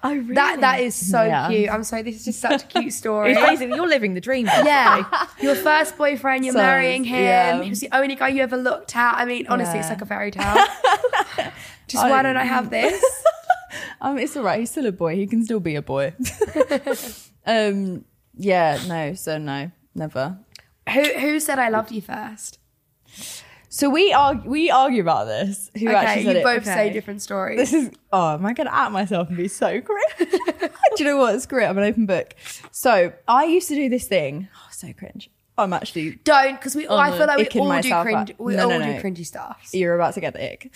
Speaker 1: Oh, really?
Speaker 2: That that is so
Speaker 5: Yeah.
Speaker 2: cute. I'm sorry, this is just such a cute story.
Speaker 1: It's basically you're living the dream. basically.
Speaker 2: Yeah, your first boyfriend, you're
Speaker 5: So,
Speaker 2: marrying him.
Speaker 5: yeah.
Speaker 2: He was the only guy you ever looked at. I mean, honestly, it's
Speaker 5: Yeah.
Speaker 2: like a fairy tale. Just why don't I have this?
Speaker 5: Um, it's all right. He's still a boy. He can still be a boy. um, yeah, no. So no, never.
Speaker 2: Who who said I loved you first?
Speaker 5: So we argue, we argue about this. Who
Speaker 2: Okay,
Speaker 5: actually
Speaker 2: you
Speaker 5: said it?
Speaker 2: both say
Speaker 1: Okay.
Speaker 2: different stories.
Speaker 5: This is oh, am I going to out myself and be so cringe? do you know what? Screw it. I'm an open book. So I used to do this thing. Oh, so cringe. I'm actually.
Speaker 2: don't because we. I
Speaker 5: Oh, no.
Speaker 2: feel like we
Speaker 5: Icking
Speaker 2: all do
Speaker 5: myself
Speaker 2: cringe.
Speaker 5: up.
Speaker 2: We
Speaker 5: No,
Speaker 2: all
Speaker 5: no,
Speaker 2: do
Speaker 5: no.
Speaker 2: cringy stuff.
Speaker 5: You're about to get the ick.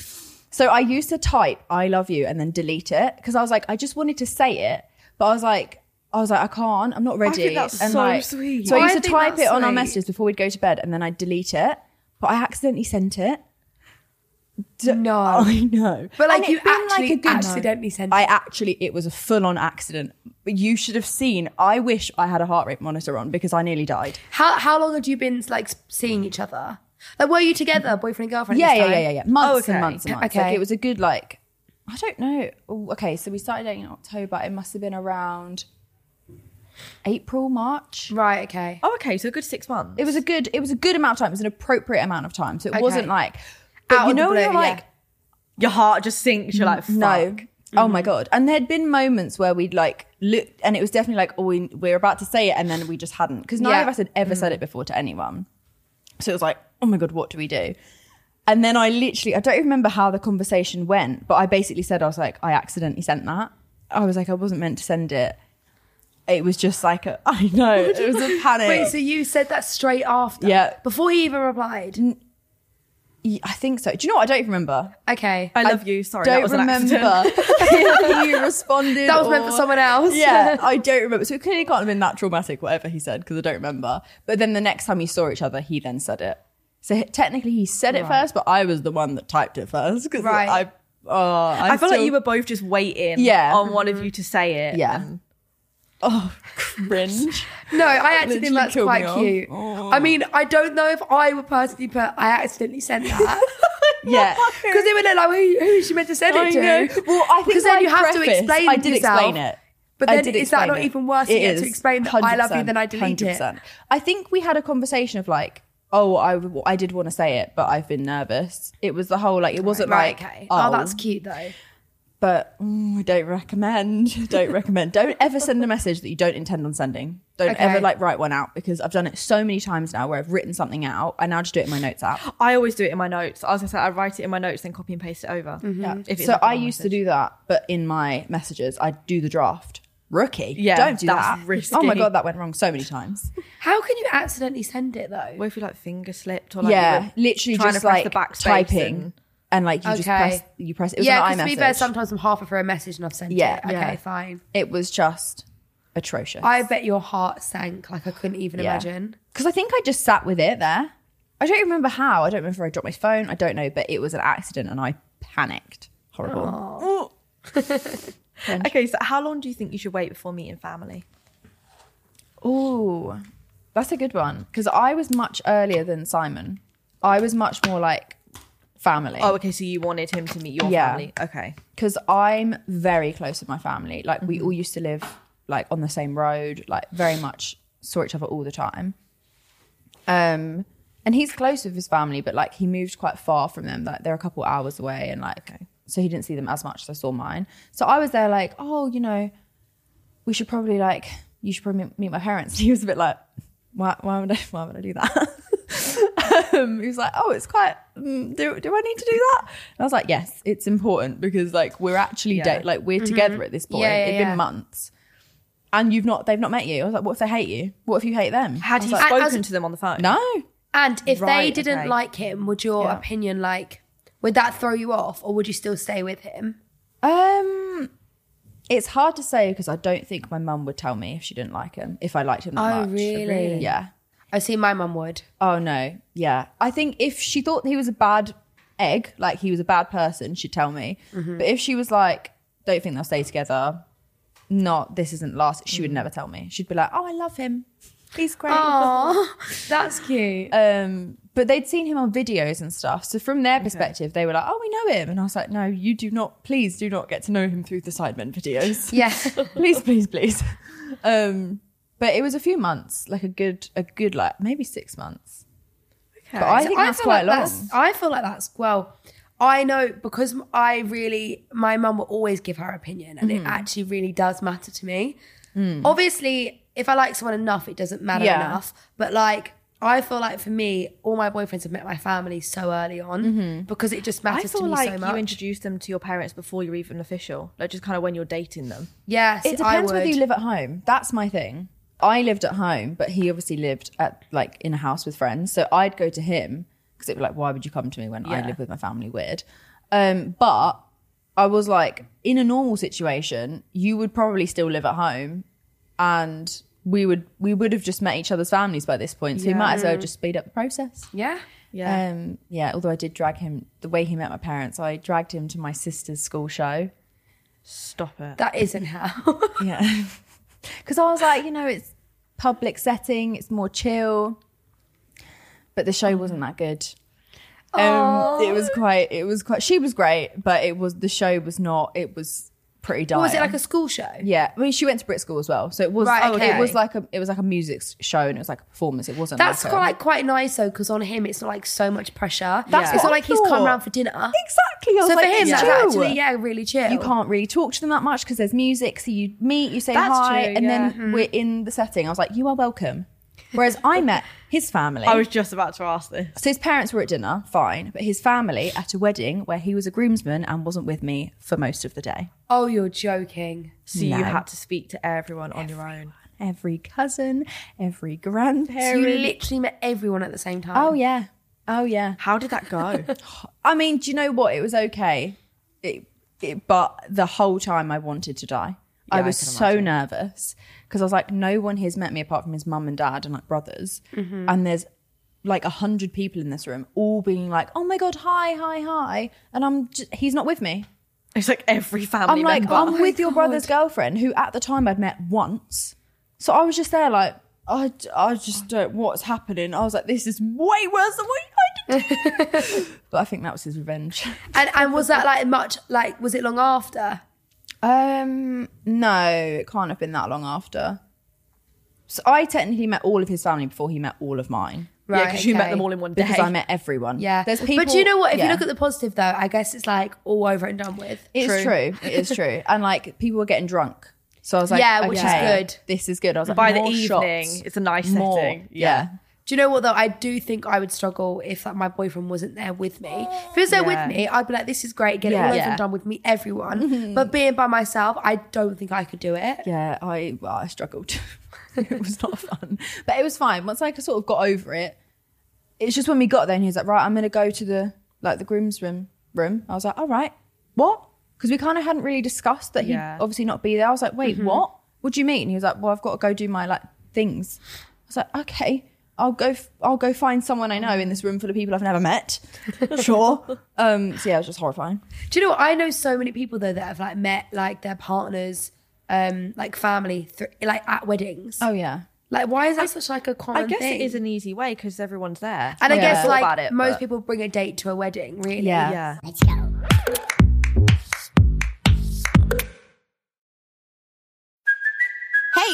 Speaker 5: So I used to type "I love you" and then delete it because I was like, I just wanted to say it, but I was like. I was like, I can't. I'm not ready.
Speaker 1: that's
Speaker 5: and
Speaker 1: so
Speaker 5: like,
Speaker 1: sweet.
Speaker 5: So I
Speaker 2: I
Speaker 5: used to
Speaker 2: think
Speaker 5: type
Speaker 2: that's
Speaker 5: it on our
Speaker 2: sweet.
Speaker 5: messages before we'd go to bed, and then I'd delete it. But I accidentally sent it. D-
Speaker 2: No.
Speaker 5: I know.
Speaker 2: Oh. But like
Speaker 5: And
Speaker 2: you
Speaker 5: it'd been,
Speaker 2: actually
Speaker 5: a good-
Speaker 2: accidentally sent.
Speaker 5: I actually, it was a full on accident. But you should have seen. I wish I had a heart rate monitor on because I nearly died.
Speaker 2: how how long had you been like seeing each other? Like were you together, boyfriend and girlfriend? at
Speaker 5: Yeah,
Speaker 2: this
Speaker 5: yeah,
Speaker 2: time? Oh,
Speaker 5: yeah, yeah, yeah. Months
Speaker 1: okay.
Speaker 5: and months and months. Like,
Speaker 2: Okay.
Speaker 5: it was a good like. I don't know. Ooh, Okay, so we started dating in October. It must have been around April, March.
Speaker 2: Right. Okay.
Speaker 1: Oh, okay. So a good six months.
Speaker 5: It was a good. It was a good amount of time. It was an appropriate amount of time. So it
Speaker 2: Okay.
Speaker 5: wasn't like. But
Speaker 2: Out
Speaker 5: you
Speaker 2: of the
Speaker 5: know, when
Speaker 2: blue,
Speaker 5: you're like,
Speaker 2: yeah.
Speaker 1: Your heart just sinks. You're like, fuck.
Speaker 5: No. Oh
Speaker 2: Mm-hmm.
Speaker 5: my god! And there'd been moments where we'd like looked, and it was definitely like, oh, we, we're about to say it, and then we just hadn't because neither
Speaker 2: Yeah. Mm.
Speaker 5: of us had ever said it before to anyone. So it was like, oh my god, what do we do? And then I literally, I don't even remember how the conversation went, but I basically said, I was like, I accidentally sent that. I was like, I wasn't meant to send it. It was just like, a, I know, it was a panic.
Speaker 2: Wait. So you said that straight after?
Speaker 5: Yeah.
Speaker 2: Before he even replied.
Speaker 5: Yeah, I think so. Do you know what? I don't even remember.
Speaker 2: Okay.
Speaker 1: I love you. Sorry, that
Speaker 5: don't
Speaker 1: was an accident.
Speaker 5: remember if you responded.
Speaker 2: that was meant
Speaker 5: or-
Speaker 2: for someone else.
Speaker 5: yeah, I don't remember. So it clearly can't have been that traumatic, whatever he said, because I don't remember. But then the next time he saw each other, he then said it. So he- technically, he said it first, but I was the one that typed it first because
Speaker 2: Right.
Speaker 5: I. Oh, i
Speaker 1: I feel
Speaker 5: still-
Speaker 1: like you were both just waiting
Speaker 5: Yeah.
Speaker 1: on one of you to say it.
Speaker 5: Yeah. Oh, cringe.
Speaker 2: No, I actually think
Speaker 5: Literally
Speaker 2: that's
Speaker 5: killed me
Speaker 2: quite
Speaker 5: off.
Speaker 2: cute. I mean, I don't know if I would personally put I accidentally sent that.
Speaker 5: yeah.
Speaker 2: Because they would look like, who, who is she meant to send it
Speaker 5: I
Speaker 2: to?
Speaker 5: know. Well, I think
Speaker 2: Because then
Speaker 5: I
Speaker 2: you have to
Speaker 5: prefaced-
Speaker 2: explain
Speaker 5: I did
Speaker 2: yourself.
Speaker 5: explain it.
Speaker 2: But
Speaker 5: I
Speaker 2: then
Speaker 5: did
Speaker 2: is that
Speaker 5: explain
Speaker 2: not
Speaker 5: it.
Speaker 2: even worse?
Speaker 5: It
Speaker 2: You have to
Speaker 5: is.
Speaker 2: explain that I love you,
Speaker 5: 100%,
Speaker 2: then I delete it.
Speaker 5: 100%. I think we had a conversation of like, oh, I, I did want to say it, but I've been nervous. It was the whole like, it wasn't
Speaker 2: Right,
Speaker 5: like,
Speaker 2: okay. Oh, that's cute though.
Speaker 5: but mm, I don't recommend. Don't recommend. Don't ever send a message that you don't intend on sending. Don't
Speaker 2: Okay.
Speaker 5: ever like write one out because I've done it so many times now where I've written something out. I now just do it in my notes app.
Speaker 1: I always do it in my notes. I was gonna say I write it in my notes, then copy and paste it over. If it's
Speaker 5: so
Speaker 1: like a
Speaker 5: I
Speaker 1: long
Speaker 5: used to
Speaker 1: message.
Speaker 5: do that, but in my messages, I do the draft. Rookie.
Speaker 1: Yeah,
Speaker 5: Don't do
Speaker 1: that's
Speaker 5: that.
Speaker 1: risky.
Speaker 5: Oh my god, that went wrong so many times.
Speaker 2: How can you accidentally send it though?
Speaker 1: What if you like finger slipped or like you
Speaker 5: yeah.
Speaker 1: were
Speaker 5: Literally
Speaker 1: trying
Speaker 5: just
Speaker 1: to press
Speaker 5: like
Speaker 1: the backspace
Speaker 5: typing.
Speaker 1: and-
Speaker 5: And, like you just
Speaker 2: Okay.
Speaker 5: press you press it was
Speaker 2: yeah,
Speaker 5: an
Speaker 2: to be
Speaker 5: iMessage.
Speaker 2: fair, sometimes I'm half for a message and I've sent
Speaker 5: Yeah,
Speaker 2: it. Okay,
Speaker 5: yeah.
Speaker 2: fine.
Speaker 5: it was just atrocious.
Speaker 2: I bet your heart sank. Like I couldn't even imagine.
Speaker 5: Because I think I just sat with it there. I don't remember how. I don't remember if I dropped my phone. I don't know, but it was an accident and I panicked. Horrible.
Speaker 1: Okay, so how long do you think you should wait before meeting family?
Speaker 5: Ooh, that's a good one. Because I was much earlier than Simon. I was much more like family.
Speaker 1: Oh, okay, so you wanted him to meet your
Speaker 5: Yeah.
Speaker 1: family. Okay.
Speaker 5: because I'm very close with my family. Like we all used to live like on the same road, like very much saw each other all the time. Um, and he's close with his family, but like he moved quite far from them. Like they're a couple hours away, and like so he didn't see them as much as I saw mine. So I was there like, oh, you know, we should probably like you should probably meet my parents. he was a bit like, why, why would I why would I do that? um, he was like, oh, it's quite. mm, do do I need to do that? And I was like, yes, it's important because like we're actually
Speaker 1: Yeah.
Speaker 5: date like we're together at this point.
Speaker 2: Mm-hmm. Yeah, yeah,
Speaker 5: It'd
Speaker 2: yeah.
Speaker 5: been months. and you've not they've not met you. I was like, what if they hate you? What if you hate them?
Speaker 1: Had he
Speaker 2: like-
Speaker 1: spoken
Speaker 2: As-
Speaker 1: to them on the phone?
Speaker 5: No.
Speaker 2: And if
Speaker 1: Right,
Speaker 2: they didn't
Speaker 1: okay.
Speaker 2: like him, would your
Speaker 5: Yeah.
Speaker 2: opinion like would that throw you off, or would you still stay with him?
Speaker 5: Um it's hard to say because I don't think my mum would tell me if she didn't like him, if I liked him that
Speaker 2: Oh,
Speaker 5: much.
Speaker 2: really?
Speaker 5: Yeah.
Speaker 2: I see. My mum would.
Speaker 5: Oh no. Yeah. I think if she thought he was a bad egg, like he was a bad person, she'd tell me.
Speaker 2: Mm-hmm.
Speaker 5: But if she was like, don't think they'll stay together, not this isn't last,
Speaker 2: Mm.
Speaker 5: she would never tell me. She'd be like, Oh, I love him. He's great.
Speaker 2: Oh, that's cute.
Speaker 5: Um, but they'd seen him on videos and stuff. So from their perspective, they were like, "Oh, we know him," and I was like, "No, you do not. Please do not get to know him through the Sidemen videos.
Speaker 2: Yeah.
Speaker 5: please, please, please." Um, but it was a few months, like a good, a good, like maybe six months.
Speaker 1: Okay.
Speaker 5: But I think that's
Speaker 2: feel
Speaker 5: quite
Speaker 2: like
Speaker 5: long.
Speaker 2: That's, I feel like that's well. I know because I really, my mum will always give her opinion, and it actually really does matter to me. Obviously, if I like someone enough, it doesn't matter
Speaker 5: Yeah.
Speaker 2: enough. But like, I feel like for me, all my boyfriends have met my family so early on because it just
Speaker 1: I
Speaker 2: matters to
Speaker 1: feel
Speaker 2: me
Speaker 1: like
Speaker 2: so much.
Speaker 1: you introduce them to your parents before you're even official, like just kind of when you're dating them.
Speaker 2: yes,
Speaker 5: It depends
Speaker 2: I
Speaker 5: whether
Speaker 2: would.
Speaker 5: you live at home. That's my thing. I lived at home, but he obviously lived at like in a house with friends. So I'd go to him because it'd be like, why would you come to me when I
Speaker 1: Yeah.
Speaker 5: live with my family? Weird. Um, but I was like, in a normal situation, you would probably still live at home, and we would we would have just met each other's families by this point. So we might as well just speed up the process.
Speaker 2: Yeah.
Speaker 1: Yeah.
Speaker 5: Um, yeah. Although I did drag him the way he met my parents. I dragged him to my sister's school show.
Speaker 1: Stop it.
Speaker 2: That isn't how.
Speaker 5: Yeah. Because I was like, you know, it's public setting, it's more chill. But the show wasn't that good. Um, it was quite, it was quite, she was great, but it was, the show was not, it was pretty dire.
Speaker 2: was it like a school show?
Speaker 5: yeah, I mean, she went to Brit School as well, so it was. oh,
Speaker 2: Right,
Speaker 5: It
Speaker 2: okay.
Speaker 5: was like a, it was like a music s- show, and it was like a performance. It wasn't.
Speaker 2: That's
Speaker 5: like a-
Speaker 2: quite quite nice though, because on him it's not like so much pressure.
Speaker 5: That's
Speaker 2: it's not
Speaker 5: what I
Speaker 2: like he's come
Speaker 5: thought.
Speaker 2: round for dinner.
Speaker 5: exactly. I was
Speaker 2: So
Speaker 5: like,
Speaker 2: for him,
Speaker 5: it's
Speaker 2: that's
Speaker 5: chill.
Speaker 2: actually yeah, really chill.
Speaker 1: Oh.
Speaker 5: you can't really talk to them that much because there's music. So you meet, you say
Speaker 1: That's
Speaker 5: hi,
Speaker 1: true,
Speaker 5: and
Speaker 1: yeah.
Speaker 5: then we're in the setting. I was like, you are welcome. Whereas I met his family.
Speaker 1: I was just about to ask this.
Speaker 5: so his parents were at dinner, fine, but his family at a wedding where he was a groomsman and wasn't with me for most of the day.
Speaker 2: Oh, you're joking.
Speaker 1: So
Speaker 5: No.
Speaker 1: you had to speak to everyone on your own.
Speaker 5: Every cousin, every
Speaker 2: So
Speaker 5: grandparent.
Speaker 2: you literally met everyone at the same time.
Speaker 5: oh yeah, oh yeah.
Speaker 1: How did that go?
Speaker 5: I mean, do you know what? It was okay, it, it, but the whole time I wanted to die. I
Speaker 1: I
Speaker 5: was
Speaker 1: can
Speaker 5: so nervous because I was like, no one here's met me apart from his mum and dad and like brothers,
Speaker 1: Mm-hmm.
Speaker 5: and there's like a hundred people in this room, all being like, oh my god, hi, hi, hi, and I'm j he's not with me.
Speaker 1: it's like oh, every family
Speaker 5: I'm like,
Speaker 1: member.
Speaker 5: I'm with your brother's girlfriend, who at the time I'd met once. So I was just there, like, I, I just don't, what's happening? I was like, this is way worse than what I did. but I think that was his revenge.
Speaker 2: And and was that like much like was it long after?
Speaker 5: Um, no, it can't have been that long after. So I technically met all of his family before he met all of mine.
Speaker 1: Yeah, 'cause you met them all in one day.
Speaker 5: Because I met everyone.
Speaker 2: Yeah.
Speaker 5: there's people.
Speaker 2: But you know what? If you
Speaker 5: yeah.
Speaker 2: look at the positive though, I guess it's like all over and done with.
Speaker 5: it's true. It is true. And like people were getting drunk, so I was like,
Speaker 2: Yeah, which is
Speaker 5: okay,
Speaker 2: good.
Speaker 5: This is good. I was like,
Speaker 1: By the
Speaker 5: more
Speaker 1: evening,
Speaker 5: shots,
Speaker 1: it's a nice
Speaker 5: more.
Speaker 1: setting.
Speaker 5: Yeah.
Speaker 1: Yeah.
Speaker 2: Do you know what though? I do think I would struggle if like my boyfriend wasn't there with me. If he was there
Speaker 1: Yeah.
Speaker 2: with me, I'd be like, this is great, get it
Speaker 5: Yeah.
Speaker 2: all over
Speaker 5: Yeah.
Speaker 2: and done with me, everyone. But being by myself, I don't think I could do it.
Speaker 5: yeah i well, i struggled it was not fun but it was fine once i sort of got over it it's just when we got there and he was like right i'm gonna go to the like the groom's room room i was like all right what because we kind of hadn't really discussed that
Speaker 1: Yeah. Mm-hmm.
Speaker 5: he'd obviously not be there i was like wait what what do you mean and he was like well i've got to go do my like things i was like okay I'll go. F- I'll go find someone I know in this room full of people I've never met. Sure. um, so yeah, it was just horrifying.
Speaker 2: Do you know what? I know so many people though that have like met like their partners, um, like family, thr like at weddings.
Speaker 5: Oh yeah.
Speaker 2: Like, why is that such like a common
Speaker 1: I guess
Speaker 2: thing?
Speaker 1: it is an easy way because everyone's there.
Speaker 2: and I
Speaker 5: Yeah.
Speaker 2: guess
Speaker 1: Thought
Speaker 2: like
Speaker 1: about it,
Speaker 2: most
Speaker 1: but-
Speaker 2: people bring a date to a wedding, really.
Speaker 5: Yeah.
Speaker 1: yeah.
Speaker 3: Hey,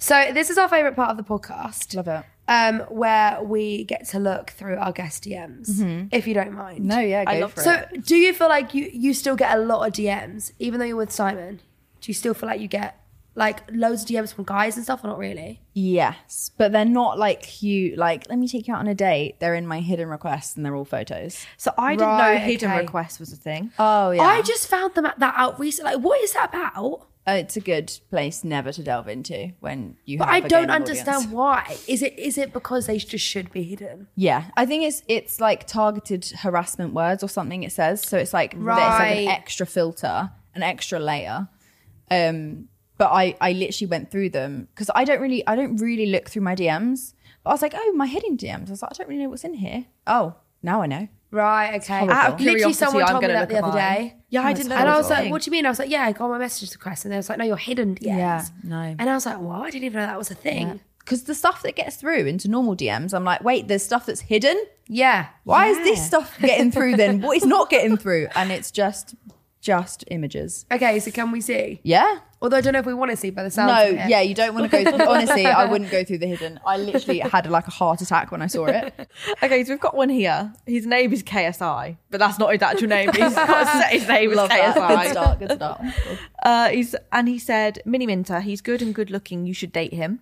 Speaker 2: So this is our favorite part of the podcast.
Speaker 5: Love it.
Speaker 2: Um, where we get to look through our guest DMs, if you don't mind.
Speaker 5: No, yeah, go
Speaker 1: I love
Speaker 5: for
Speaker 2: So
Speaker 5: it.
Speaker 2: do you feel like you you still get a lot of DMs, even though you're with Simon? Do you still feel like you get like loads of DMs from guys and stuff, or not really?
Speaker 5: Yes, but they're not like cute. Like, let me take you out on a date. They're in my hidden requests, and they're all photos.
Speaker 1: So I didn't know
Speaker 2: Right,
Speaker 1: hidden
Speaker 2: okay.
Speaker 1: request was a thing.
Speaker 5: Oh yeah,
Speaker 2: I just found them at that out recently. Like, what is that about?
Speaker 5: Uh, it's a good place never to delve into when you.
Speaker 2: But
Speaker 5: have
Speaker 2: I
Speaker 5: a
Speaker 2: don't
Speaker 5: gaming
Speaker 2: understand
Speaker 5: audience.
Speaker 2: why. Is it is it because they just should be hidden?
Speaker 5: Yeah, I think it's it's like targeted harassment words or something. It says so. It's like there's like
Speaker 2: Right.
Speaker 5: an extra filter, an extra layer. Um, but I I literally went through them because I don't really I don't really look through my DMs. But I was like, oh, my hidden DMs. I was like, I don't really know what's in here. Oh, now I know.
Speaker 2: Right, okay.
Speaker 5: horrible.
Speaker 1: Out of
Speaker 2: Literally,
Speaker 1: curiosity,
Speaker 2: someone
Speaker 1: I'm
Speaker 2: told me
Speaker 1: gonna
Speaker 2: that the
Speaker 1: look at
Speaker 2: other
Speaker 1: mine.
Speaker 2: day.
Speaker 1: Yeah, I didn't know.
Speaker 2: And
Speaker 1: that
Speaker 2: I
Speaker 1: was
Speaker 2: was
Speaker 1: a
Speaker 2: like,
Speaker 1: thing.
Speaker 2: what do you mean? I was like, yeah, I got my message request. And they was like, no, you're hidden DMs.
Speaker 5: Yeah, no.
Speaker 2: And I was like, what? I didn't even know that was a thing.
Speaker 5: Because the stuff that gets through into normal DMs, I'm like, wait, there's stuff that's hidden.
Speaker 2: Yeah.
Speaker 5: Why is this stuff getting through then? What is not getting through? And it's just just images.
Speaker 2: Okay, so can we see?
Speaker 5: Yeah.
Speaker 2: Although I don't know if we want to see by the sound
Speaker 5: No,
Speaker 2: of it.
Speaker 5: yeah, you don't want to go. honestly, I wouldn't go through the hidden. I literally had like a heart attack when I saw it.
Speaker 1: Okay, so we've got one here. His name is KSI, but that's not his actual name. He's got set his name as
Speaker 5: Love that. Good
Speaker 1: KSI.
Speaker 5: start. Good start.
Speaker 1: Uh, he's, and he said, Mini Minter, he's good and good looking. You should date him.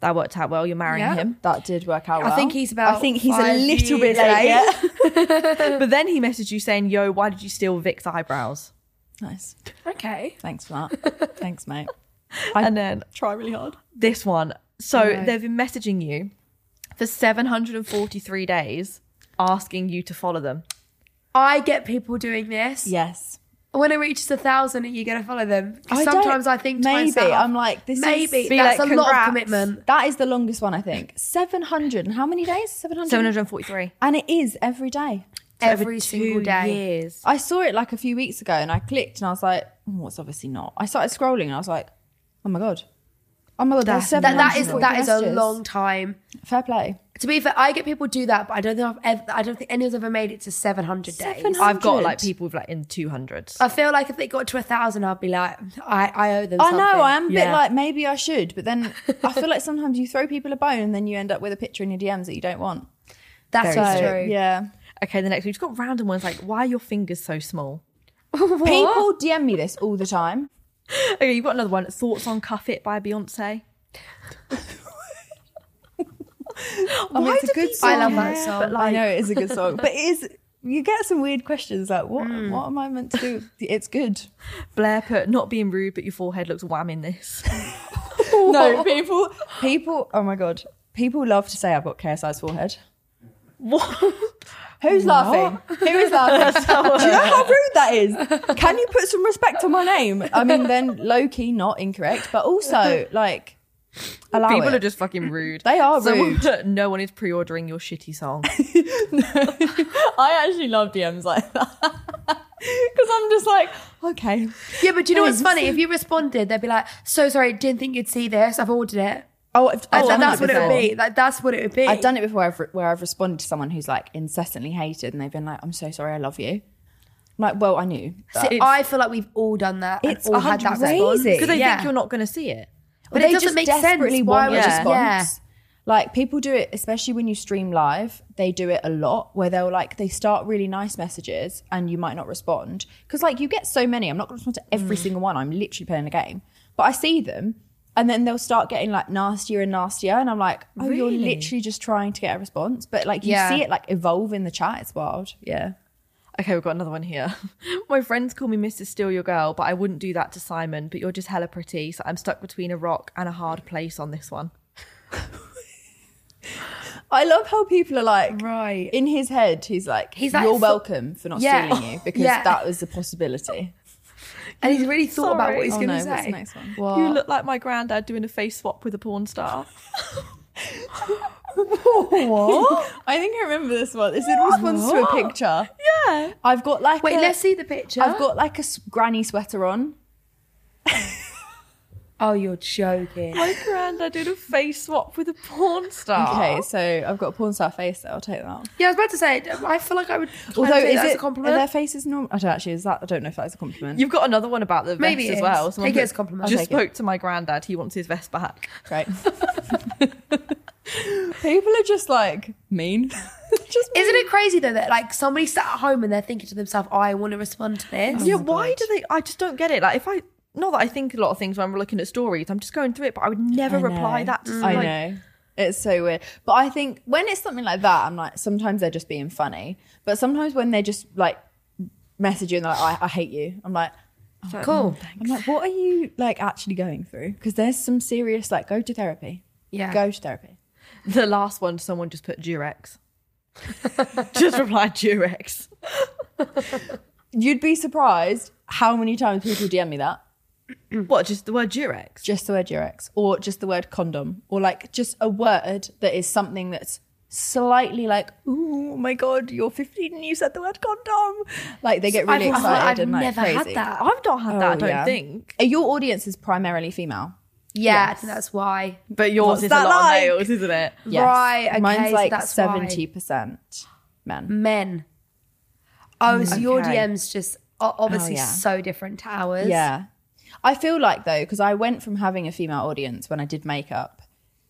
Speaker 1: That worked out well. You're marrying
Speaker 2: Yeah.
Speaker 1: him.
Speaker 5: That did work out.
Speaker 2: I
Speaker 5: well.
Speaker 2: think he's about
Speaker 5: I think he's a
Speaker 2: five
Speaker 5: little bit
Speaker 2: years
Speaker 5: late.
Speaker 2: late.
Speaker 5: yeah.
Speaker 1: But then he messaged you saying, Yo, why did you steal Vic's eyebrows?
Speaker 5: Nice.
Speaker 2: Okay.
Speaker 5: Thanks for that. Thanks, mate. I
Speaker 1: And then
Speaker 5: try really hard.
Speaker 1: this one. So they've been messaging you for 743 days asking you to follow them.
Speaker 2: I get people doing this.
Speaker 5: Yes.
Speaker 2: When it reaches a thousand, are you going to follow them? 'Cause Sometimes I think to
Speaker 5: maybe
Speaker 2: myself,
Speaker 5: I'm like this.
Speaker 2: maybe
Speaker 5: Is,
Speaker 1: Be
Speaker 2: that's
Speaker 1: like,
Speaker 2: a lot of
Speaker 1: "Congrats."
Speaker 2: commitment.
Speaker 5: that is the longest one I think. Seven hundred and how many days? Seven hundred.
Speaker 1: 743.
Speaker 5: And it is every day.
Speaker 2: Every
Speaker 1: Over
Speaker 2: single
Speaker 1: two
Speaker 2: day.
Speaker 1: Years.
Speaker 5: I saw it like a few weeks ago and I clicked and I was like, oh, it's obviously not. I started scrolling and I was like, oh my God. Oh my God, that's
Speaker 2: That, that is
Speaker 5: seven.
Speaker 2: that is a long time.
Speaker 5: Fair play.
Speaker 2: To be fair, I get people do that, but I don't think I've ever, I don't think anyone's ever made it to seven hundred days.
Speaker 5: 700?
Speaker 1: I've got like people with like in 200s.
Speaker 2: I feel like if they got to a thousand, I'd be like, I, I owe them.
Speaker 5: I know, I am a bit
Speaker 1: Yeah.
Speaker 5: like, maybe I should, but then I feel like sometimes you throw people a bone and then you end up with a picture in your DMs that you don't want.
Speaker 2: That's
Speaker 5: So,
Speaker 2: true.
Speaker 5: Yeah.
Speaker 1: Okay, the next we've got random ones like, Why are your fingers so small?
Speaker 5: People DM me this all the time.
Speaker 1: Okay, you've got another one. Thoughts on Cuff It by Beyonce.
Speaker 5: Oh, it's a good
Speaker 2: I love that song.
Speaker 1: But like,
Speaker 5: I know it is a good song, but it is. You get some weird questions like, what,
Speaker 2: Hmm.
Speaker 5: what am I meant to do? It's good.
Speaker 1: Blair put, not being rude, but your forehead looks wham in this.
Speaker 5: No, people, people. Oh my god, people love to say I've got KSI's forehead.
Speaker 1: What?
Speaker 5: Who's laughing? Who is laughing? Do you know how rude that is? Can you put some respect on my name? I mean, then low key, not incorrect, but also like allow
Speaker 1: People
Speaker 5: it.
Speaker 1: are just fucking rude.
Speaker 5: They are rude.
Speaker 1: put, no one is pre-ordering your shitty song.
Speaker 5: I actually love DMs like that because I'm just like, okay,
Speaker 2: Yeah, but do you know what's
Speaker 5: Thanks.
Speaker 2: funny? If you responded, they'd be like, "So sorry, didn't think you'd see this. I've ordered it."
Speaker 5: oh, I've, I've
Speaker 2: Oh,
Speaker 5: done
Speaker 2: that's
Speaker 5: it
Speaker 2: what it
Speaker 5: before.
Speaker 2: would be. Like, that's what it would be.
Speaker 5: I've done it before I've, where I've responded to someone who's like incessantly hated and they've been like, I'm so sorry, I love you. I'm like, well, I knew. but-
Speaker 2: So I feel like we've all done that. and
Speaker 5: It's
Speaker 2: all had that
Speaker 5: crazy.
Speaker 2: response.
Speaker 5: Because
Speaker 1: Because they
Speaker 2: Yeah.
Speaker 1: think you're not going to see it.
Speaker 2: But it
Speaker 5: they
Speaker 2: doesn't
Speaker 5: just
Speaker 2: make sense.
Speaker 5: desperately
Speaker 2: Why
Speaker 5: want
Speaker 2: would
Speaker 5: a
Speaker 2: you-
Speaker 5: response.
Speaker 2: Yeah.
Speaker 5: Like people do it, especially when you stream live. They do it a lot where they'll like they start really nice messages and you might not respond because like you get so many. I'm not going to respond to every
Speaker 2: Mm.
Speaker 5: single one. I'm literally playing a game, but I see them. And then they'll start getting like nastier and nastier, and I'm like, "Oh, you're literally just trying to get a response." But like, you
Speaker 2: Yeah.
Speaker 5: see it like evolve in the chat. It's wild. Yeah,
Speaker 1: Okay, we've got another one here. My friends call me Mr. Steal Your Girl, but I wouldn't do that to Simon. But you're just hella pretty, so I'm stuck between a rock and a hard place on this one.
Speaker 5: I love how people are like,
Speaker 2: Right.
Speaker 5: in his head, he's like,
Speaker 2: He's like,
Speaker 5: "You're
Speaker 2: "Fu-
Speaker 5: welcome for not
Speaker 2: Yeah.
Speaker 5: stealing you," because
Speaker 2: Yeah.
Speaker 5: that was a possibility.
Speaker 2: And he's really thought about what he's
Speaker 5: Oh,
Speaker 2: going to
Speaker 5: no,
Speaker 2: say.
Speaker 5: what's the next one?
Speaker 1: You look like my granddad doing a face swap with a porn star.
Speaker 5: I think I remember this one. It's in response to a picture.
Speaker 1: yeah.
Speaker 5: I've got like
Speaker 2: Wait,
Speaker 5: a,
Speaker 2: let's see the picture.
Speaker 5: I've got like a s- granny sweater on.
Speaker 2: Oh, you're joking.
Speaker 1: My granddad did a face swap with a porn star.
Speaker 5: Okay, so I've got a porn star face, so I'll take that.
Speaker 2: Yeah, I was about to say. I feel like I would.
Speaker 5: Although,
Speaker 2: I'd say
Speaker 5: is
Speaker 2: that
Speaker 5: it
Speaker 2: as a compliment?
Speaker 5: Are their faces normal? I don't actually. Is that? I don't know if that's a compliment.
Speaker 1: You've got another one about the vest
Speaker 2: Maybe it
Speaker 1: as
Speaker 2: is.
Speaker 1: well.
Speaker 2: Take it as a compliment. I'll
Speaker 1: Just
Speaker 5: take it.
Speaker 1: spoke to my granddad. He wants his vest back.
Speaker 5: Great. People are just like mean. just
Speaker 2: Isn't it crazy though that like somebody sat at home and they're thinking to themselves, "I want to respond to this."
Speaker 5: Oh,
Speaker 1: yeah, why do they? I just don't get it. Like, if I not that I think a lot of things when we're looking at stories, I'm just going through it, but I would never
Speaker 5: I know. Mm.
Speaker 1: reply that. To
Speaker 5: I
Speaker 1: like,
Speaker 5: know. It's so weird. But I think when it's something like that, I'm like, sometimes they're just being funny. But sometimes when they just like message you and they're like, I, I hate you, I'm like, "Oh,
Speaker 1: Mm,
Speaker 2: Cool.
Speaker 5: I'm like, what are you like actually going through? Because there's some serious like, go to therapy.
Speaker 2: Yeah.
Speaker 5: Go to therapy.
Speaker 1: The last one, someone just put Durex. just replied Durex.
Speaker 5: You'd be surprised how many times people DM me that.
Speaker 1: What? Just the word Durex.
Speaker 5: Just the word Durex or just the word condom or like just a word that is something that's slightly like, ooh, oh my God, you're 15 and you said the word condom. Like they get really
Speaker 2: I've- I've
Speaker 5: excited and like
Speaker 2: never
Speaker 5: crazy.
Speaker 2: had that.
Speaker 1: I've not had that. I
Speaker 5: Oh,
Speaker 1: don't
Speaker 5: yeah.
Speaker 1: think.
Speaker 5: Uh, Your audience is primarily female.
Speaker 2: Yeah, I think that's why.
Speaker 1: But yours
Speaker 5: What's
Speaker 1: is a
Speaker 5: that
Speaker 1: lot
Speaker 5: like?
Speaker 1: of nails, isn't it?
Speaker 2: Right, okay,
Speaker 5: Mine's
Speaker 2: so
Speaker 5: like
Speaker 2: that's why.
Speaker 5: seventy percent men.
Speaker 2: Men. Oh, so your
Speaker 1: Okay.
Speaker 2: DMs just are obviously
Speaker 5: Mm, Oh, yeah.
Speaker 2: so different to ours.
Speaker 5: Yeah, I feel like though because I went from having a female audience when I did makeup,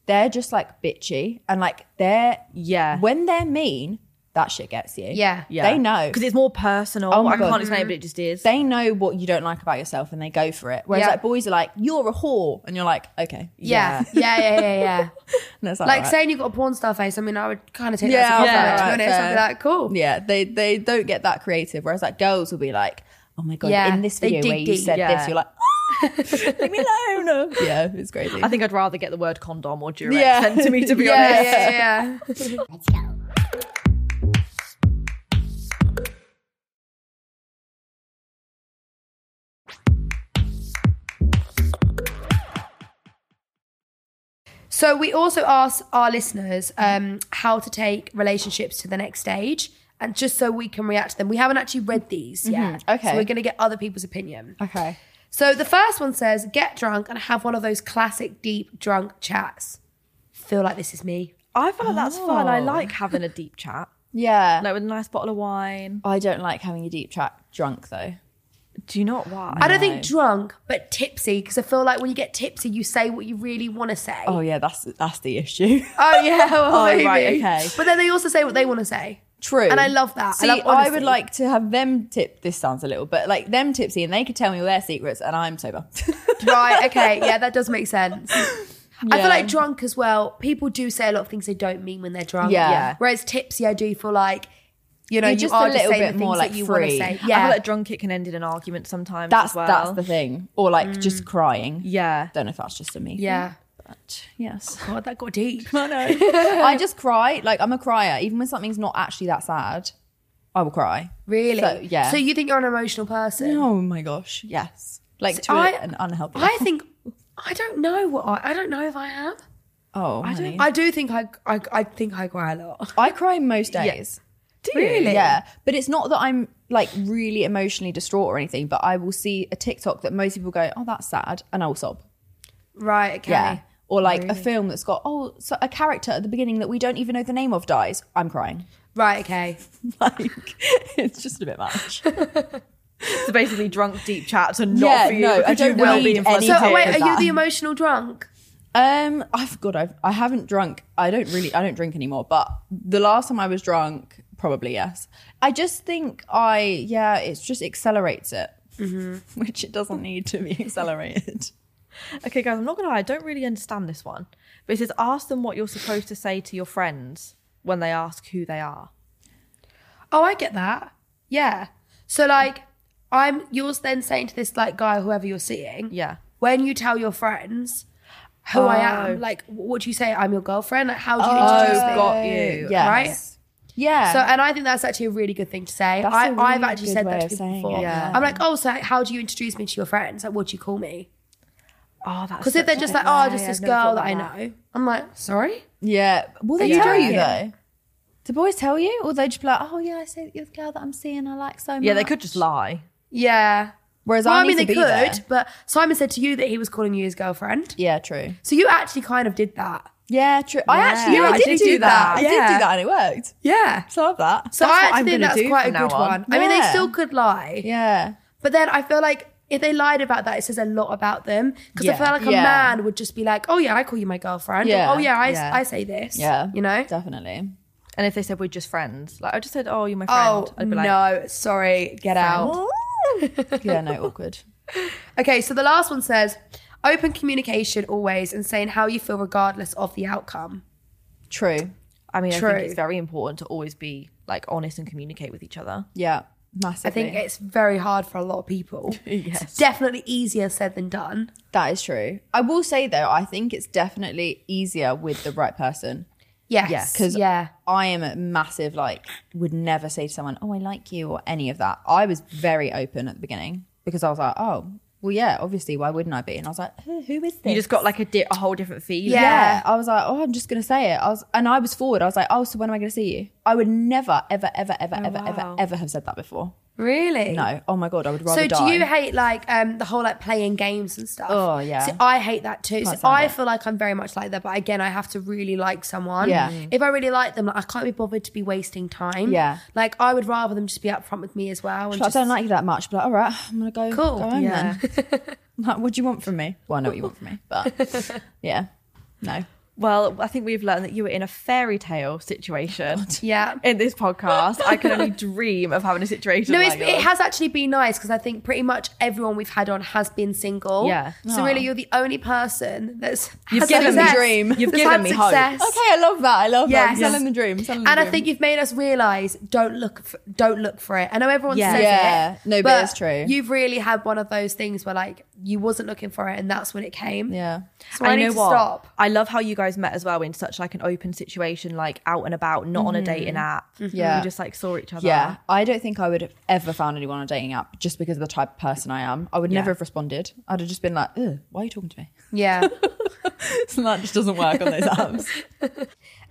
Speaker 5: they're just like bitchy and like they're
Speaker 1: Yeah.
Speaker 5: when they're mean, that shit gets you.
Speaker 2: Yeah.
Speaker 1: Yeah.
Speaker 5: they know
Speaker 1: because it's more personal.
Speaker 5: Oh my
Speaker 1: I
Speaker 5: God.
Speaker 1: can't explain it, but it just is.
Speaker 5: they know what you don't like about yourself and they go for it. Whereas
Speaker 2: Yeah.
Speaker 5: like boys are like, you're a whore, and you're like, okay,
Speaker 2: Yeah. Yeah, yeah, yeah, yeah.
Speaker 5: And it's
Speaker 2: like
Speaker 5: alright.
Speaker 2: saying you've got a porn star face, I mean, I would kind of take
Speaker 5: Yeah,
Speaker 2: that as a
Speaker 1: yeah,
Speaker 2: compliment, to
Speaker 5: right,
Speaker 2: be honest. I'd
Speaker 5: fair.
Speaker 2: be like, cool.
Speaker 5: Yeah, they they don't get that creative. Whereas like girls will be like, oh my god,
Speaker 2: Yeah,
Speaker 5: in this
Speaker 2: they
Speaker 5: video
Speaker 2: dig
Speaker 5: where you
Speaker 2: deep,
Speaker 5: said
Speaker 1: yeah.
Speaker 5: this, you're like, "Ah, leave me alone. yeah, it's crazy.
Speaker 1: I think I'd rather get the word condom or Durex
Speaker 5: Yeah.
Speaker 1: sent to me, to be
Speaker 2: Yeah,
Speaker 1: honest.
Speaker 2: yeah, yeah. So we also asked our listeners um, how to take relationships to the next stage, and just so we can react to them. We haven't actually read these yet,
Speaker 5: Mm-hmm. okay.
Speaker 2: So we're going to get other people's opinion.
Speaker 5: okay.
Speaker 2: So the first one says, "Get drunk and have one of those classic deep drunk chats." Feel like this is me.
Speaker 1: I feel like that's fun. I like having a deep chat,
Speaker 5: Yeah.
Speaker 1: like with a nice bottle of wine.
Speaker 5: I don't like having a deep chat drunk though.
Speaker 1: Do you know why?
Speaker 2: I don't think drunk, but tipsy, because I feel like when you get tipsy, you say what you really want to say.
Speaker 5: Oh yeah, that's that's the issue.
Speaker 2: Oh, yeah, well,
Speaker 5: Oh,
Speaker 2: maybe.
Speaker 5: right, okay.
Speaker 2: But then they also say what they want to say.
Speaker 5: True.
Speaker 2: And I love that. I
Speaker 5: See,
Speaker 2: love
Speaker 5: I
Speaker 2: honesty.
Speaker 5: would like to have them tip. This sounds a little, but like them tipsy, and they could tell me all their secrets, and I'm sober.
Speaker 2: Right, okay, yeah, that does make sense. I
Speaker 5: Yeah.
Speaker 2: feel like drunk as well. People do say a lot of things they don't mean when they're drunk.
Speaker 5: Yeah. Yeah.
Speaker 2: Whereas tipsy, I do feel like you know
Speaker 5: You're
Speaker 2: you
Speaker 5: just
Speaker 2: are
Speaker 5: a little
Speaker 2: saying
Speaker 5: bit
Speaker 2: the
Speaker 5: more,
Speaker 2: things that
Speaker 5: like,
Speaker 2: you want to
Speaker 5: free.
Speaker 2: say.
Speaker 1: I
Speaker 2: Yeah,
Speaker 1: feel like drunk it can end in an argument sometimes.
Speaker 5: that's
Speaker 1: as well.
Speaker 5: that's the thing, or like just crying.
Speaker 1: yeah.
Speaker 5: Don't know if that's just a me. thing,
Speaker 2: yeah.
Speaker 5: but yes.
Speaker 2: "Mm, God, that got deep.
Speaker 5: I just cry. Like I'm a crier. Even when something's not actually that sad, I will cry.
Speaker 2: Really?
Speaker 5: So, yeah.
Speaker 2: So you think you're an emotional person?
Speaker 5: Oh my gosh. Yes. Like to a-
Speaker 2: I-
Speaker 5: an unhealthy.
Speaker 2: I think I don't know what I. I don't know if I am.
Speaker 5: oh, I don't. I,
Speaker 2: I do think I. I, I think I cry a lot.
Speaker 5: cry most days.
Speaker 1: Do
Speaker 2: Really?
Speaker 5: Yeah, but it's not that I'm like really emotionally distraught or anything. But I will see a TikTok that most people go, "Oh, that's sad," and I will sob.
Speaker 2: Right. Okay.
Speaker 5: Yeah. Or like a film that's got oh so a character at the beginning that we don't even know the name of dies. I'm crying.
Speaker 2: Right. Okay.
Speaker 5: Like it's just a bit much.
Speaker 1: So basically, drunk deep chats are not
Speaker 5: Yeah,
Speaker 1: for you.
Speaker 5: no, I
Speaker 1: because
Speaker 5: don't
Speaker 1: you will
Speaker 5: need
Speaker 1: be in front
Speaker 5: any
Speaker 1: of
Speaker 5: help
Speaker 2: So
Speaker 1: it.
Speaker 2: wait,
Speaker 5: with
Speaker 2: are you
Speaker 5: that.
Speaker 2: the emotional drunk?
Speaker 5: Um, I've got I've I haven't drunk. I don't really I don't drink anymore, but the last time I was drunk, probably yes. I just think I yeah, it just accelerates it. Which it doesn't need to be accelerated.
Speaker 1: Okay, guys, I'm not gonna lie. I don't really understand this one, but it says ask them what you're supposed to say to your friends when they ask who they are.
Speaker 2: Oh, I get that. Yeah. So like, I'm yours. Then saying to this like guy, whoever you're seeing,
Speaker 1: Yeah.
Speaker 2: when you tell your friends who I
Speaker 5: Oh.
Speaker 2: am, like, wh- what do you say? I'm your girlfriend. Like, how do you introduce me?
Speaker 1: got you.
Speaker 5: Yes. Yeah.
Speaker 2: So, and I think that's actually a really good thing to say.
Speaker 5: That's
Speaker 2: I,
Speaker 5: a
Speaker 2: I've
Speaker 5: really
Speaker 2: actually
Speaker 5: good
Speaker 2: said
Speaker 5: way
Speaker 2: that to
Speaker 5: of
Speaker 2: people
Speaker 5: saying
Speaker 2: before.
Speaker 5: it, yeah.
Speaker 2: I'm like, oh, so how do you introduce me to your friends? Like, what do you call me?
Speaker 1: Oh, that's
Speaker 2: Because if they're just like, oh, just this girl that I
Speaker 1: know.
Speaker 2: know, I'm like, sorry?
Speaker 5: Yeah. Will they
Speaker 2: Yeah.
Speaker 5: tell you
Speaker 2: Yeah.
Speaker 5: though? Do boys tell you? Or they just be like, Oh yeah, I say that you're the girl that I'm seeing, I like so much.
Speaker 1: Yeah, they could just lie.
Speaker 2: Yeah.
Speaker 5: Whereas
Speaker 2: Well,
Speaker 5: I,
Speaker 2: I
Speaker 5: need
Speaker 2: mean,
Speaker 5: to
Speaker 2: they
Speaker 5: be
Speaker 2: could,
Speaker 5: there.
Speaker 2: but Simon said to you that he was calling you his girlfriend.
Speaker 5: Yeah, true.
Speaker 2: So you actually kind of did that.
Speaker 5: Yeah, true. I actually,
Speaker 2: You
Speaker 5: yeah, I did, do, that. I did
Speaker 2: Yeah.
Speaker 5: do that, and it worked.
Speaker 2: Yeah.
Speaker 5: So I love that.
Speaker 2: So
Speaker 1: That's what
Speaker 2: I
Speaker 1: I'm
Speaker 2: actually
Speaker 1: gonna
Speaker 2: think that's
Speaker 1: do
Speaker 2: quite a
Speaker 1: from now
Speaker 2: good
Speaker 1: on.
Speaker 2: one. I mean, they
Speaker 5: Yeah.
Speaker 2: still could lie.
Speaker 5: Yeah.
Speaker 2: But then I feel like if they lied about that, it says a lot about them. Because I
Speaker 5: Yeah.
Speaker 2: feel like a
Speaker 5: Yeah.
Speaker 2: man would just be like, oh, yeah, I call you my girlfriend.
Speaker 5: Yeah.
Speaker 2: Or, oh, yeah I,
Speaker 5: Yeah.
Speaker 2: I say this.
Speaker 5: Yeah.
Speaker 2: You know?
Speaker 5: Definitely.
Speaker 1: And if they said we're just friends, like I just said, oh, you're my friend.
Speaker 2: Oh,
Speaker 1: I'd be like,
Speaker 2: no. Sorry. Get out.
Speaker 5: yeah, no, awkward.
Speaker 2: Okay, so the last one says open communication always and saying how you feel regardless of the outcome.
Speaker 5: True.
Speaker 1: I mean, I
Speaker 2: True.
Speaker 1: think it's very important to always be like honest and communicate with each other.
Speaker 5: Yeah.
Speaker 2: I
Speaker 5: Massively.
Speaker 2: think it's very hard for a lot of people. It's definitely easier said than done.
Speaker 5: that is true. I will say though, I think it's definitely easier with the right person.
Speaker 2: Yes.
Speaker 1: Yes.
Speaker 5: 'Cause
Speaker 2: yeah.
Speaker 5: I am a massive like would never say to someone, "Oh, I like you" or any of that. I was very open at the beginning because I was like, "Oh, well, yeah, obviously, why wouldn't I be?" And I was like, "Who, who is this?"
Speaker 1: You just got like a, di- a whole different feeling.
Speaker 2: Yeah.
Speaker 5: yeah, I was like, "Oh, I'm just gonna say it." I was, and I was forward. I was like, "Oh, so when am I gonna see you?" I would never, ever, ever, ever,
Speaker 2: Oh,
Speaker 5: ever, ever, ever have said that before.
Speaker 2: Really?
Speaker 5: No. Oh my god, I would rather
Speaker 2: So do
Speaker 5: die.
Speaker 2: you hate like um the whole like playing games and stuff?
Speaker 5: Oh, yeah.
Speaker 2: See, I hate that too. So
Speaker 5: stand
Speaker 2: I
Speaker 5: it.
Speaker 2: feel like I'm very much like that, but again, I have to really like someone.
Speaker 5: Yeah. Mm.
Speaker 2: If I really like them, like I can't be bothered to be wasting time.
Speaker 5: Yeah.
Speaker 2: Like I would rather them just be upfront with me as well. And
Speaker 5: But
Speaker 2: just,
Speaker 5: I don't like you that much, but like, all right, I'm gonna go.
Speaker 2: Cool.
Speaker 5: Go home
Speaker 1: Yeah.
Speaker 5: then. like, what do you want from me? Well, I know what you want from me, but yeah, no.
Speaker 1: Well, I think we've learned that you were in a fairy tale situation
Speaker 2: Oh, Yeah.
Speaker 1: in this podcast. I can only dream of having a situation.
Speaker 2: No,
Speaker 1: like oh.
Speaker 2: it's, it
Speaker 1: yours.
Speaker 2: has actually been nice because I think pretty much everyone we've had on has been single.
Speaker 1: Yeah.
Speaker 2: So really, you're the only person that's
Speaker 1: You've
Speaker 2: has
Speaker 1: given me
Speaker 2: success,
Speaker 1: dream. You've
Speaker 2: that's
Speaker 1: given
Speaker 2: had
Speaker 1: me hope.
Speaker 2: success.
Speaker 5: Okay, I love that. I love
Speaker 2: Yes.
Speaker 5: that. Selling the dream. Selling the
Speaker 2: And I
Speaker 5: dream.
Speaker 2: think you've made us realize don't look for, don't look for it. I know everyone
Speaker 1: Yeah.
Speaker 2: says
Speaker 5: Yeah.
Speaker 2: it.
Speaker 5: No, but it's true.
Speaker 2: You've really had one of those things where like you wasn't looking for it and that's when it came.
Speaker 5: yeah,
Speaker 2: So I, need to stop.
Speaker 1: I love how you guys met as well in such like an open situation, like out and about, not
Speaker 2: Mm-hmm.
Speaker 1: on a dating app.
Speaker 5: Yeah.
Speaker 1: you just like saw each other.
Speaker 5: yeah. I don't think I would have ever found anyone on a dating app just because of the type of person I am. I would never have responded. I'd have just been like, Ugh, "Why are you talking to me?"
Speaker 2: Yeah.
Speaker 5: So that just doesn't work on those apps.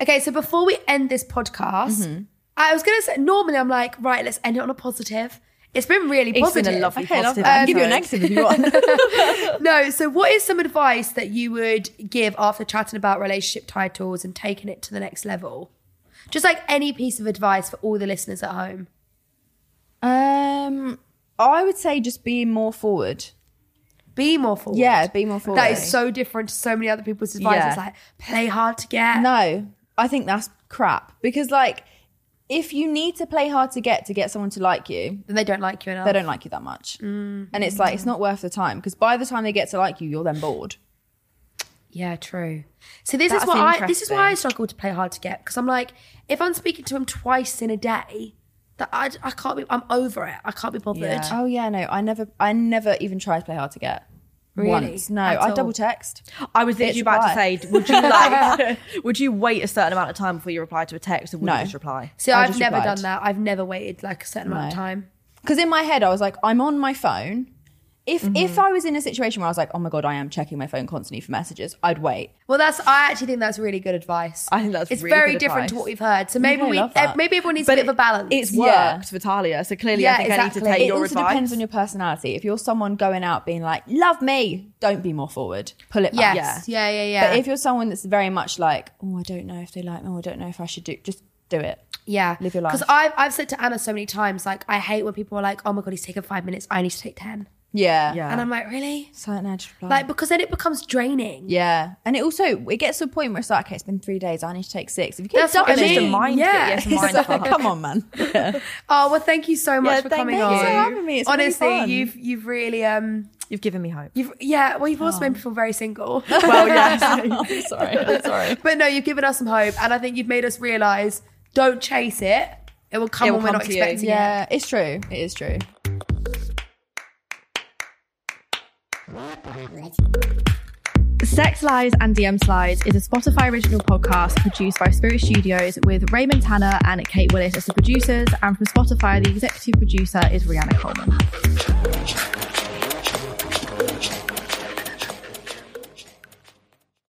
Speaker 2: okay, so before we end this podcast,
Speaker 1: Mm-hmm.
Speaker 2: I was gonna say normally I'm like, right, let's end it on a positive. It's been really
Speaker 1: It's
Speaker 2: positive. Um,
Speaker 1: been a lovely
Speaker 5: okay, I love
Speaker 1: positive
Speaker 5: that. I can give you a
Speaker 1: episode.
Speaker 5: negative if you want.
Speaker 2: No, so what is some advice that you would give after chatting about relationship titles and taking it to the next level? Just like any piece of advice for all the listeners at home.
Speaker 5: um, I would say just be more forward.
Speaker 2: Be more forward.
Speaker 5: Yeah, be more forward.
Speaker 2: That is so different to so many other people's advice.
Speaker 5: Yeah.
Speaker 2: It's like play hard to get.
Speaker 5: No, I think that's crap because like if you need to play hard to get to get someone to like you,
Speaker 2: Then they don't like you enough.
Speaker 5: they don't like you that much. And it's like it's not worth the time because by the time they get to like you, you're then bored.
Speaker 2: Yeah, true. So this
Speaker 1: That's
Speaker 2: is why I this is why I
Speaker 1: interesting.
Speaker 2: struggle to play hard to get because I'm like, if I'm speaking to him twice in a day, that I, I can't be. I'm over it. I can't be bothered.
Speaker 5: Oh yeah, no, I never I never even try to play hard to get.
Speaker 2: Really?
Speaker 5: Once. No,
Speaker 2: At
Speaker 5: I
Speaker 2: all?
Speaker 5: double text.
Speaker 1: I was literally
Speaker 5: Bitch,
Speaker 1: about to
Speaker 5: why?
Speaker 1: say, would you like? would you wait a certain amount of time before you reply to a text, or would
Speaker 5: No.
Speaker 1: you just reply?
Speaker 2: So
Speaker 5: I
Speaker 2: I've
Speaker 5: just
Speaker 2: never
Speaker 5: replied.
Speaker 2: done that. I've never waited like a certain amount of
Speaker 5: No.
Speaker 2: time.
Speaker 5: Because in my head I was like, I'm on my phone. If if I was in a situation where I was like, oh my god, I am checking my phone constantly for messages, I'd wait.
Speaker 2: Well, that's I actually think that's really good advice.
Speaker 1: I think that's
Speaker 2: it's
Speaker 1: really
Speaker 2: very
Speaker 1: good
Speaker 2: different to
Speaker 1: advice.
Speaker 2: what we've heard. So maybe
Speaker 5: I
Speaker 2: we
Speaker 5: love that.
Speaker 2: eh, maybe everyone needs a bit
Speaker 1: it-
Speaker 2: of a balance.
Speaker 1: It's worked
Speaker 5: Yeah.
Speaker 1: for Talia, so clearly I
Speaker 2: Yeah,
Speaker 1: think I need
Speaker 2: exactly.
Speaker 1: to take
Speaker 5: it
Speaker 1: your
Speaker 5: also
Speaker 1: advice.
Speaker 5: depends on your personality. If you're someone going out being like, love me, don't be more forward. Pull it back.
Speaker 2: yes, yeah, yeah, yeah.
Speaker 5: But if you're someone that's very much like, oh, I don't know if they like me, or I don't know if I should do, just do it.
Speaker 2: yeah,
Speaker 5: live your life.
Speaker 2: Because I've I've said to Anna so many times, like I hate when people are like, "Oh my god, he's taken five minutes. I need to take 10.
Speaker 5: Yeah.
Speaker 1: Yeah.
Speaker 2: and I'm like, really?
Speaker 5: Silent edge reply.
Speaker 2: Like because then it becomes draining.
Speaker 5: yeah. And it also, it gets to a point where it's like, okay, it's been three days. I need to take six. If you keep
Speaker 2: That's what I
Speaker 5: doubling
Speaker 1: It's just a
Speaker 2: mean.
Speaker 1: mind
Speaker 2: Yeah.
Speaker 1: yeah.
Speaker 2: It's
Speaker 1: mind
Speaker 5: it's like,
Speaker 1: fuck.
Speaker 5: come on, man.
Speaker 2: Oh well, thank you so much
Speaker 1: Yeah,
Speaker 2: for
Speaker 1: thank
Speaker 2: coming
Speaker 1: you.
Speaker 2: on.
Speaker 1: Thanks for
Speaker 5: having me. It's been really
Speaker 2: Honestly,
Speaker 5: fun.
Speaker 2: you've you've really um
Speaker 1: You've given me hope.
Speaker 2: you've yeah. Well, you've also made me feel very single.
Speaker 1: Oh. Well, yes.
Speaker 5: I'm sorry. I'm sorry.
Speaker 2: But no, you've given us some hope, and I think you've made us realise don't chase it. It will come
Speaker 1: It will
Speaker 2: when
Speaker 1: come
Speaker 2: we're not
Speaker 1: to you.
Speaker 2: expecting it.
Speaker 5: Yeah, it's true. It is true.
Speaker 6: Sex Lies and DM Slides is a Spotify original podcast produced by Spirit Studios with Raymond Tanner and Kate Willis as the producers, and from Spotify, the executive producer is Rihanna Coleman.